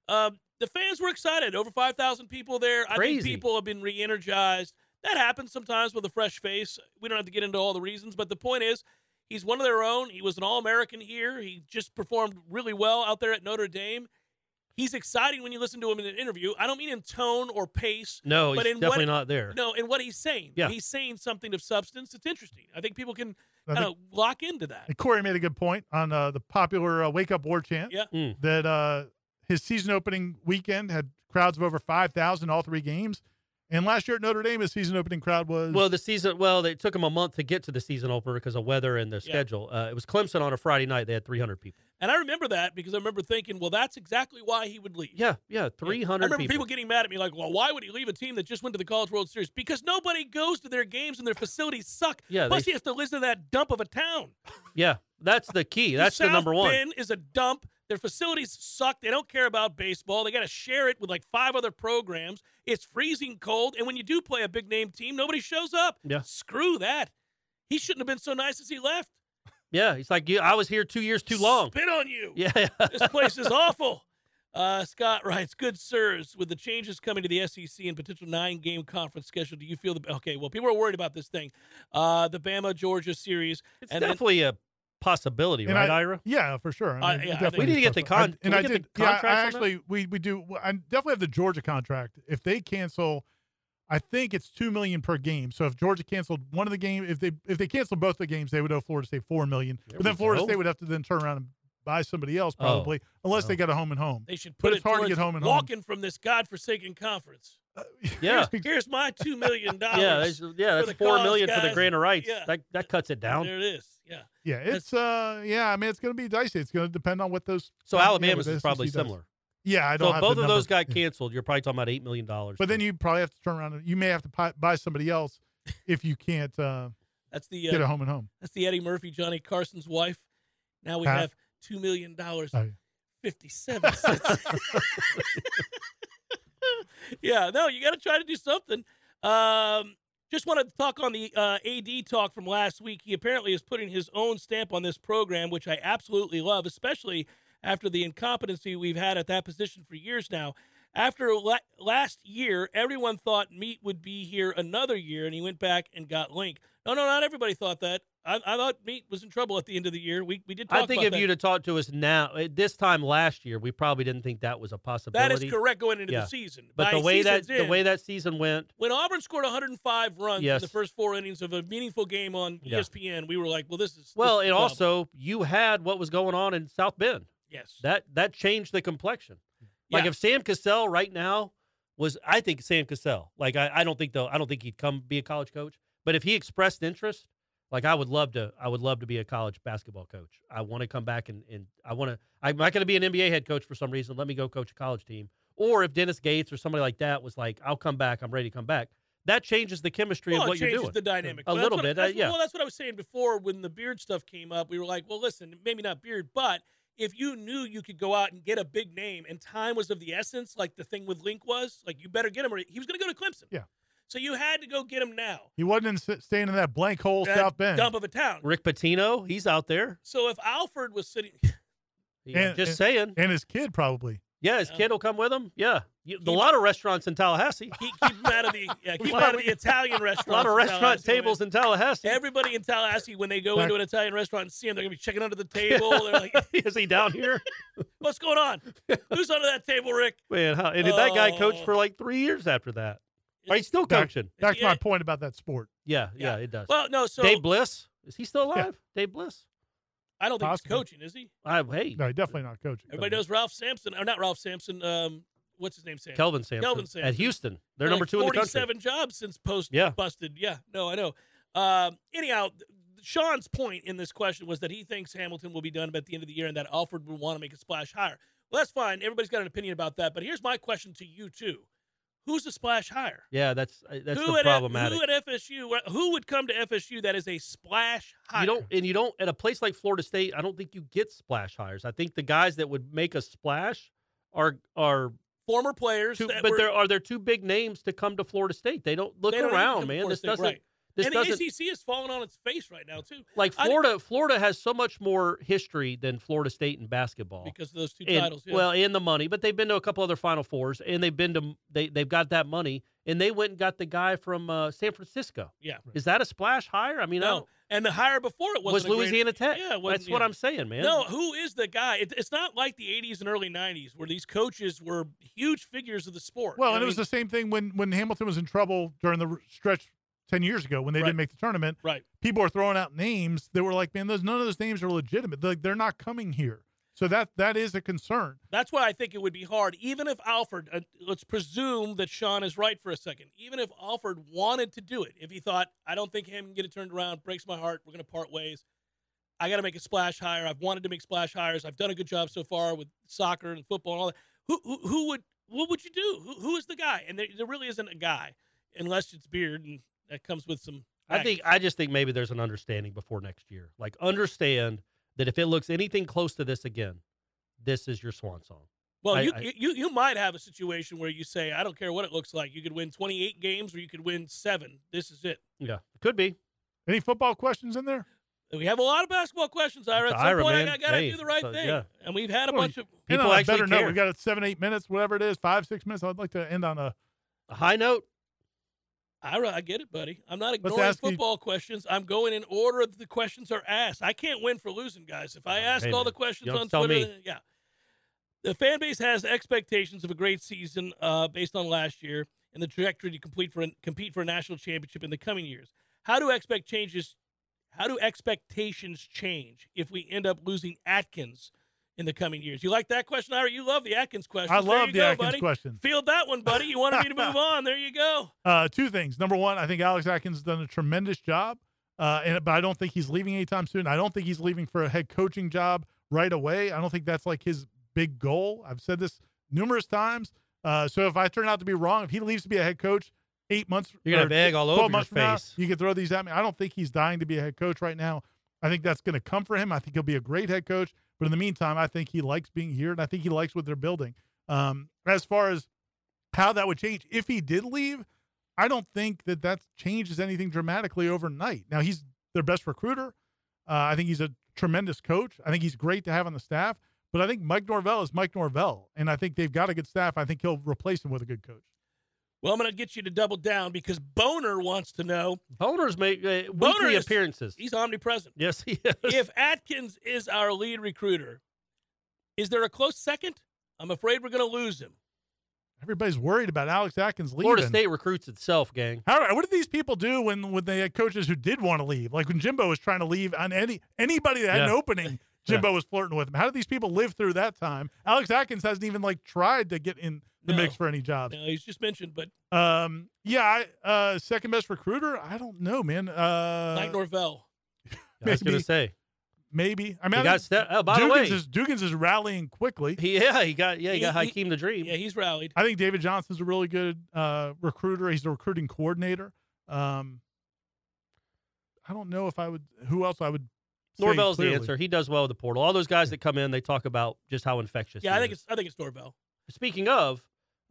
B: Um, the fans were excited. Over five thousand people there. I think
C: Crazy.
B: people have been re-energized. That happens sometimes with a fresh face. We don't have to get into all the reasons, but the point is, He's one of their own. He was an All American here. He just performed really well out there at Notre Dame. He's exciting when you listen to him in an interview. I don't mean in tone or pace.
C: No, he's
B: But in
C: definitely
B: what-
C: not there.
B: No, in what he's saying.
C: Yeah.
B: He's saying something of substance. It's interesting. I think people can
F: I
B: kind
F: think,
B: of lock into that.
F: and Corey made a good point on uh, the popular uh, "Wake Up War" chant
B: Yeah.
C: Mm.
F: that uh, his season opening weekend had crowds of over five thousand all three games, and last year at Notre Dame, his season opening crowd was
C: Well, the season. Well, it took them a month to get to the season opener because of weather and their
B: Yeah.
C: schedule. Uh, it was Clemson on a Friday night. They had 300 people.
B: And I remember that because I remember thinking, well, that's exactly why he would leave.
C: Yeah, yeah, three
B: I
C: hundred
B: remember
C: people.
B: people. getting mad at me like, well, why would he leave a team that just went to the College World Series? Because nobody goes to their games and their facilities suck.
C: Yeah,
B: Plus, he
C: they-
B: has to listen to that dump of a town.
C: yeah, that's the key. That's the
B: South
C: number one.
B: Bend is a dump. Their facilities suck. They don't care about baseball. They got to share it with like five other programs. It's freezing cold, and when you do play a big name team, nobody shows up.
C: Yeah.
B: Screw that. He shouldn't have been so nice as he left.
C: Yeah, he's like, "You- I was here two years too long.
B: Spit on you.
C: Yeah,
B: this place is awful. Uh, Scott writes, "Good sirs, with the changes coming to the SEC and potential nine-game conference schedule, do you feel the okay? Well, people are worried about this thing, uh, the Bama Georgia series.
C: it's
B: And then-
C: definitely a possibility,
F: And
C: right,
F: I-
C: Ira?
F: Yeah, for sure.
B: Uh, yeah, I
F: definitely
B: think- We need
C: to get the con-
F: possible. I-
C: can
F: and
C: we
F: I
C: get the
F: did. Yeah, I
C: contracts on that?
F: actually we we do. I definitely have the Georgia contract. If they cancel, I think it's two million per game. So if Georgia canceled one of the game, if they if they cancel both the games, they would owe Florida State four million.
C: There
F: but then
C: we
F: Florida
C: go.
F: State would have to then turn around and buy somebody else
C: Oh,
F: probably, unless they
C: well.
F: got a home and home.
B: they should
F: But
B: put
F: it's
B: it
F: hard to
B: towards
F: get home and home.
B: walking from this godforsaken conference.
C: Yeah,
B: Here's my two million dollars.
C: yeah, that's, yeah.
B: for
C: That's
B: the
C: four
B: cause,
C: million for
B: guys.
C: the grant of rights.
B: Yeah.
C: That that cuts it down.
B: There it is. Yeah,
F: yeah, it's uh, yeah. I mean, it's going to be dicey. It's going to depend on what those.
C: So
F: uh, yeah,
C: Alabama's
F: what the
C: is probably
F: SEC does.
C: similar.
F: Yeah, I don't.
C: So
F: have
C: if
F: the
C: both of
F: number.
C: those got
F: Yeah.
C: canceled, you're probably talking about eight million dollars.
F: But then you probably have to turn around. and You may have to pi- buy somebody else if you can't uh,
B: that's the
F: get
B: uh,
F: a home and home.
B: that's the Eddie Murphy, Johnny Carson's wife. Now we
F: Half.
B: have two million dollars
F: Oh, yeah.
B: fifty-seven cents. yeah, no, you got to try to do something. Um, just wanted to talk on the uh, AD talk from last week. He apparently is putting his own stamp on this program, which I absolutely love, especially after the incompetency we've had at that position for years now. After la- last year, everyone thought Meat would be here another year, and he went back and got Link. No, no, not everybody thought that. I, I thought Meat was in trouble at the end of the year. We, we did talk
C: I think
B: about
C: if
B: that.
C: you'd have talked to us now, at this time last year, we probably didn't think that was a
B: That
C: possibility.
B: is correct going into
C: Yeah.
B: the season.
C: But
B: By
C: the way that
B: season's
C: the
B: end,
C: way that season went,
B: when Auburn scored 105 runs in
C: Yes.
B: the first four innings of a meaningful game on E
C: Yeah.
B: ESPN, we were like, "Well, this is this
C: well,
B: is
C: and
B: dumb.
C: also you had what was going on in South Bend.
B: yes,
C: That that changed the complexion. Like
B: Yeah.
C: if Sam Cassell right now was, I think Sam Cassell. Like I, I don't think though, I don't think he'd come be a college coach. But if he expressed interest, like I would love to, I would love to be a college basketball coach. I want to come back and and I want to. I'm not going to be an NBA head coach for some reason. Let me go coach a college team. Or if Dennis Gates or somebody like that was like, I'll come back. I'm ready to come back. That changes the chemistry
B: well,
C: of
B: it
C: what you're
B: changes
C: doing.
B: the dynamic
C: A
B: Well, that's
C: little
B: what-
C: bit, uh,
B: that's-
C: yeah.
B: Well, that's what I was saying before when the beard stuff came up. We were like, "Well, listen, maybe not beard, but." If you knew you could go out and get a big name and time was of the essence, like the thing with Link was, like you better get him or he was going to go to Clemson.
F: Yeah.
B: So you had to go get him now.
F: He wasn't in, st- staying in that blank hole
B: That
F: South Bend.
B: Dump of a town.
C: Rick Pitino, he's out there.
B: So if Alfred was sitting,
C: Yeah,
F: And-
C: just
F: and-
C: saying.
F: and his kid probably.
C: Yeah, his
B: Yeah.
C: kid will come with him. Yeah, you,
B: Keep-
C: a lot of restaurants in Tallahassee.
B: keep, keep him out of the yeah, keep him out of the Italian restaurants.
C: A lot of
B: in
C: restaurant
B: Tallahassee, man.
C: tables in Tallahassee.
B: Everybody in Tallahassee, when they go
F: Back-
B: into an Italian restaurant and see him, they're gonna be checking under the table. They're like,
C: is he down here?
B: "What's going on? Who's under that table, Rick?"
C: Man, how, and did that guy coach
B: Oh.
C: for like three years after that? Are he's still
F: Back-
C: coaching?
F: That's my
B: Yeah.
F: point about that sport.
C: Yeah, yeah,
B: Yeah.
C: it does.
B: Well, no. So
C: Dave Bliss is he still
F: Yeah.
C: alive? Dave Bliss.
B: I don't think
F: Possibly.
B: he's coaching, is he?
C: I hey,
F: No, definitely not coaching.
B: Everybody knows Ralph Sampson, or not Ralph Sampson. Um, what's his name? Sampson.
C: Kelvin Sampson,
B: Kelvin Sampson.
C: at Houston. They're number
B: like
C: two in the country.
B: Forty-seven jobs since post
C: Yeah.
B: busted. Yeah, no, I know. Um, anyhow, th- Sean's point in this question was that he thinks Hamilton will be done at the end of the year, and that Alfred would want to make a splash higher. Well, that's fine. Everybody's got an opinion about that. But here's my question to you too: Who's the splash higher?
C: Yeah, that's uh, that's
B: who
C: the
B: at,
C: problematic.
B: Who at FSU? wh- Who would come to FSU that is a splash hire?
C: you don't and you don't at a place like Florida State. I don't think you get splash hires. I think the guys that would make a splash are are
B: former players,
C: too,
B: that
C: but
B: were-
C: there are there two big names to come to Florida State. They don't look
B: they don't even come
C: around,
B: to
C: man.
B: Florida
C: This
B: State,
C: doesn't
B: right.
C: this
B: and
C: doesn't
B: the ACC is falling on its face right now too
C: like
B: I-
C: Florida. Florida has so much more history than Florida State in basketball.
B: because of those two
C: Oh. And-
B: titles. yeah.
C: Well, and the money, but they've been to a couple other Final Fours, and they've been to they they've got that money, and they went and got the guy from uh, San Francisco.
B: Yeah.
C: is that a splash hire? I mean, I
B: no,
C: don't-
B: and the hire before it
C: was
B: wasn't a great-
C: Louisiana Tech?
B: Yeah, it wasn't-
C: that's what
B: yeah.
C: I'm saying, man.
B: No, who is the guy? It, it's not like the 80s and early 90s where these coaches were huge figures of the sport.
F: Well,
B: You
F: and it
B: know
F: was
B: what
F: the same thing when when Hamilton was in trouble during the r- stretch ten years ago when they
B: Right.
F: didn't make the tournament.
B: I mean? right.
F: People are throwing out names that were like, man, those none of those names are legitimate. They're, like, they're not coming here. So that that is a concern.
B: That's why I think it would be hard, even if Alfred. Uh, let's presume that Sean is right for a second. Even if Alfred wanted to do it, if he thought, "I don't think him can get it turned around," breaks my heart. We're going to part ways. I got to make a splash hire. I've wanted to make splash hires. I've done a good job so far with soccer and football and all that. Who who, who would what would you do? Who, who is the guy? And there, there really isn't a guy unless it's Beard, and that comes with some.
C: I think I just think maybe there's an understanding before next year. Like understand that if it looks anything close to this again, this is your swan song.
B: Well,
C: I-
B: you,
C: I-
B: you you you might have a situation where you say, I don't care what it looks like. You could win 28 games or you could win seven. This is it.
C: Yeah, could be.
F: Any football questions in there?
B: We have a lot of basketball questions, Ira. At
C: It's
B: some
C: Ira,
B: point,
C: man.
B: I, got to
C: Hey,
B: do the right
C: so,
B: thing.
C: yeah.
B: And we've had a
F: Well,
B: bunch of.
F: You
C: People
F: know, I
C: actually
F: better know.
C: care.
F: We got seven, eight minutes, whatever it is, five, six minutes. I'd like to end on a.
C: A high note.
B: Ira, I get it, buddy. I'm not ignoring
F: ask you-
B: football questions. I'm going in order that the questions are asked. I can't win for losing, guys. If I
C: Oh,
B: ask
C: hey,
B: all
C: man.
B: the questions
C: Don't
B: on
C: tell
B: Twitter,
C: me.
B: then- yeah. The fan base has expectations of a great season uh, based on last year and the trajectory to complete for compete for a national championship in the coming years. How do expect changes? How do expectations change if we end up losing Atkins in the coming years? You like that question, Ira? You love the Atkins question.
F: I
B: There
F: love
B: you
F: the
B: go,
F: Atkins
B: buddy.
F: question.
B: Field that one, buddy. You wanted me to move on. There you go.
F: Uh, two things. Number one, I think Alex Atkins has done a tremendous job, uh, and but I don't think he's leaving anytime soon. I don't think he's leaving for a head coaching job right away. I don't think that's like his big goal. I've said this
C: Mm-hmm.
F: numerous times. Uh, so if I turn out to be wrong, if he leaves to be a head coach eight months,
C: You're gonna
F: or
C: have egg all
F: 12
C: over your
F: months from now,
C: face.
F: you can throw these at me. I don't think he's dying to be a head coach right now. I think that's going to come for him. I think he'll be a great head coach. But in the meantime, I think he likes being here and I think he likes what they're building. Um, as far as how that would change if he did leave, I don't think that that changes anything dramatically overnight. Now, he's their best recruiter. Uh, I think he's a tremendous coach. I think he's great to have on the staff. But I think Mike Norvell is Mike Norvell. And I think they've got a good staff. I think he'll replace him with a good coach.
B: Well, I'm going to get you to double down because Boner wants to know.
C: Boners make uh,
B: Boner
C: weekly
B: is-
C: appearances.
B: He's omnipresent.
C: Yes, he is.
B: If Atkins is our lead recruiter, is there a close second? I'm afraid we're going to lose him.
F: Everybody's worried about Alex Atkins leaving.
C: Florida State recruits itself, gang.
F: How, what did these people do when, when they had coaches who did want to leave? Like when Jimbo was trying to leave on any anybody that had an
C: Yeah.
F: opening, Jimbo was flirting with him. How did these people live through that time? Alex Atkins hasn't even like tried to get in the
B: No.
F: mix for any
C: Uh,
F: jobs.
B: Now, he's just mentioned, but
F: Um, yeah, I, uh, second best recruiter. I don't know, man. Uh,
B: Mike Norvell.
C: I was gonna
F: maybe.
C: say.
F: maybe. I
C: He
F: mean, I
C: got
F: think
C: ste- oh, by the
F: Dugans
C: way,
F: is, Dugans is rallying quickly.
C: he, yeah, he got yeah, he,
B: He-
C: got
B: he-
C: Hakeem the Dream.
B: Yeah, he's rallied.
F: I think David Johnson's a really good uh, recruiter. He's the recruiting coordinator. Um, I don't know if I would. Who else I would? say
C: Norvell's the
F: clearly.
C: answer. He does well with the portal. All those guys that come in, they talk about just how infectious.
B: Yeah,
C: he
B: I think
C: is.
B: it's I think it's Norvell.
C: Speaking of,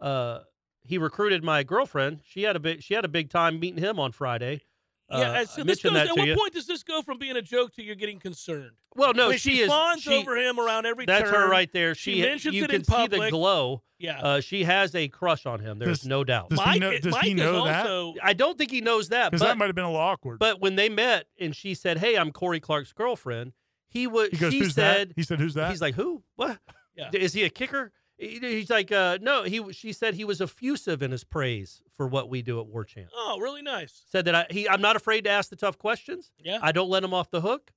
C: uh, he recruited my girlfriend. She had a big she had a big time meeting him on Friday. Uh,
B: yeah, and
C: I
B: so this goes,
C: mentioned that
B: at
C: to
B: what
C: you.
B: point does this go from being a joke to you're getting concerned?
C: Well, no,
B: I mean,
C: she, is
B: fawns
C: she,
B: over him around every
C: That's
B: turn.
C: her right there.
B: She
C: She,
B: mentions
C: you
B: it
C: can
B: in
C: see the
B: public.
C: glow.
B: Yeah.
C: Uh, she has a crush on him. There's
F: Does-
C: no doubt.
F: does he
B: Mike,
F: know- does he
B: Mike is
F: know that?
B: also
C: I don't think he knows that, but
F: Because that might have been a little awkward.
C: but when they met and she said, "Hey, I'm Corey Clark's girlfriend," he was
F: he goes,
C: she
F: "Who's
C: said
F: that?" He said, "Who's that?"
C: He's like, who? What?
B: Yeah.
C: D- Is he a kicker? He- He's like, uh, no. He she said he was effusive in his praise for what we do at War Chant.
B: oh really nice.
C: Said that I, he, I'm not afraid to ask the tough questions.
B: Yeah.
C: I don't let him off the hook.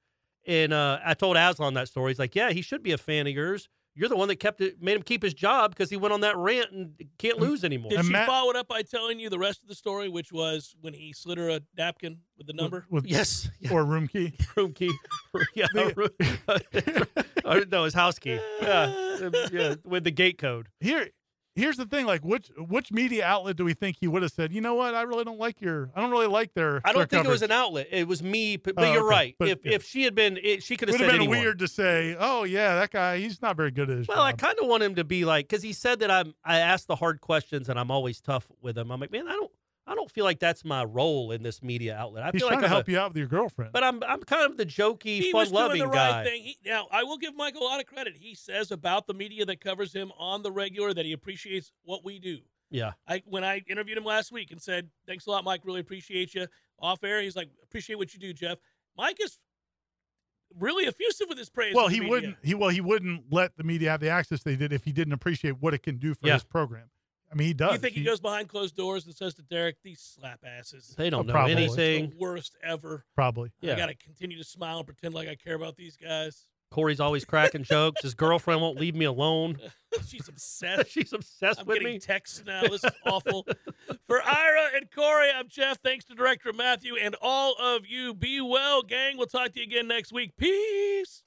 C: And uh, I told Aslan that story. He's like, yeah, he should be a fan of yours. You're the one that kept it, made him keep his job because he went on that rant and can't lose anymore.
B: Did
F: And
B: she
F: Matt-
B: follow it up by telling you the rest of the story, which was when he slid her a napkin with the number?
F: with,
C: Yes, yeah,
F: or room key.
C: room key. yeah, room, Uh, no, his house key. Yeah, Um, yeah, with the gate code.
F: Here, here's the thing: like, which which media outlet do we think he would have said? You know what? I really don't like your. I don't really like their.
C: I
F: their
C: don't think it
F: coverage."
C: was an outlet. It was me. But, but
F: Oh,
C: you're
F: okay.
C: right.
F: But,
C: if
F: yeah.
C: if she had been, it, she could
F: It
C: have
F: would
C: said
F: have been
C: anyone.
F: weird to say, "Oh yeah, that guy, he's not very good at his
C: Well, I
F: job."
C: kind of want him to be like because he said that I'm. I ask the hard questions and I'm always tough with him. I'm like, man, I don't. I don't feel like that's my role in this media outlet. I
F: he's
C: feel
F: trying
C: like
F: to
C: I'm
F: help
C: a,
F: you out with your girlfriend.
C: But I'm I'm kind of the jokey,
B: he was doing
C: fun-loving
B: the
C: guy.
B: right thing. He, now, I will give Mike a lot of credit. He says about the media that covers him on the regular that he appreciates what we do.
C: Yeah,
B: I when I interviewed him last week and said, "Thanks a lot, Mike. Really appreciate you." Off air, he's like, "Appreciate what you do, Jeff." Mike is really effusive with his praise.
F: well,
B: of the
F: he
B: media.
F: wouldn't. He well, he wouldn't let the media have the access they did if he didn't appreciate what it can do for
C: Yeah.
F: his program. I mean, he does.
B: You think he, goes behind closed doors and says to Derek, "These slap asses,
C: they don't know
F: probably.
C: anything.
B: the worst ever."
F: probably?
C: Yeah,
B: I got to continue to smile and pretend like I care about these guys.
C: Corey's always cracking jokes. His girlfriend won't leave me alone.
B: She's obsessed.
C: She's obsessed
B: I'm
C: with
B: getting
C: me.
B: texts now. This is awful. For Ira and Corey, I'm Jeff. Thanks to director Matthew and all of you. Be well, gang. We'll talk to you again next week. Peace.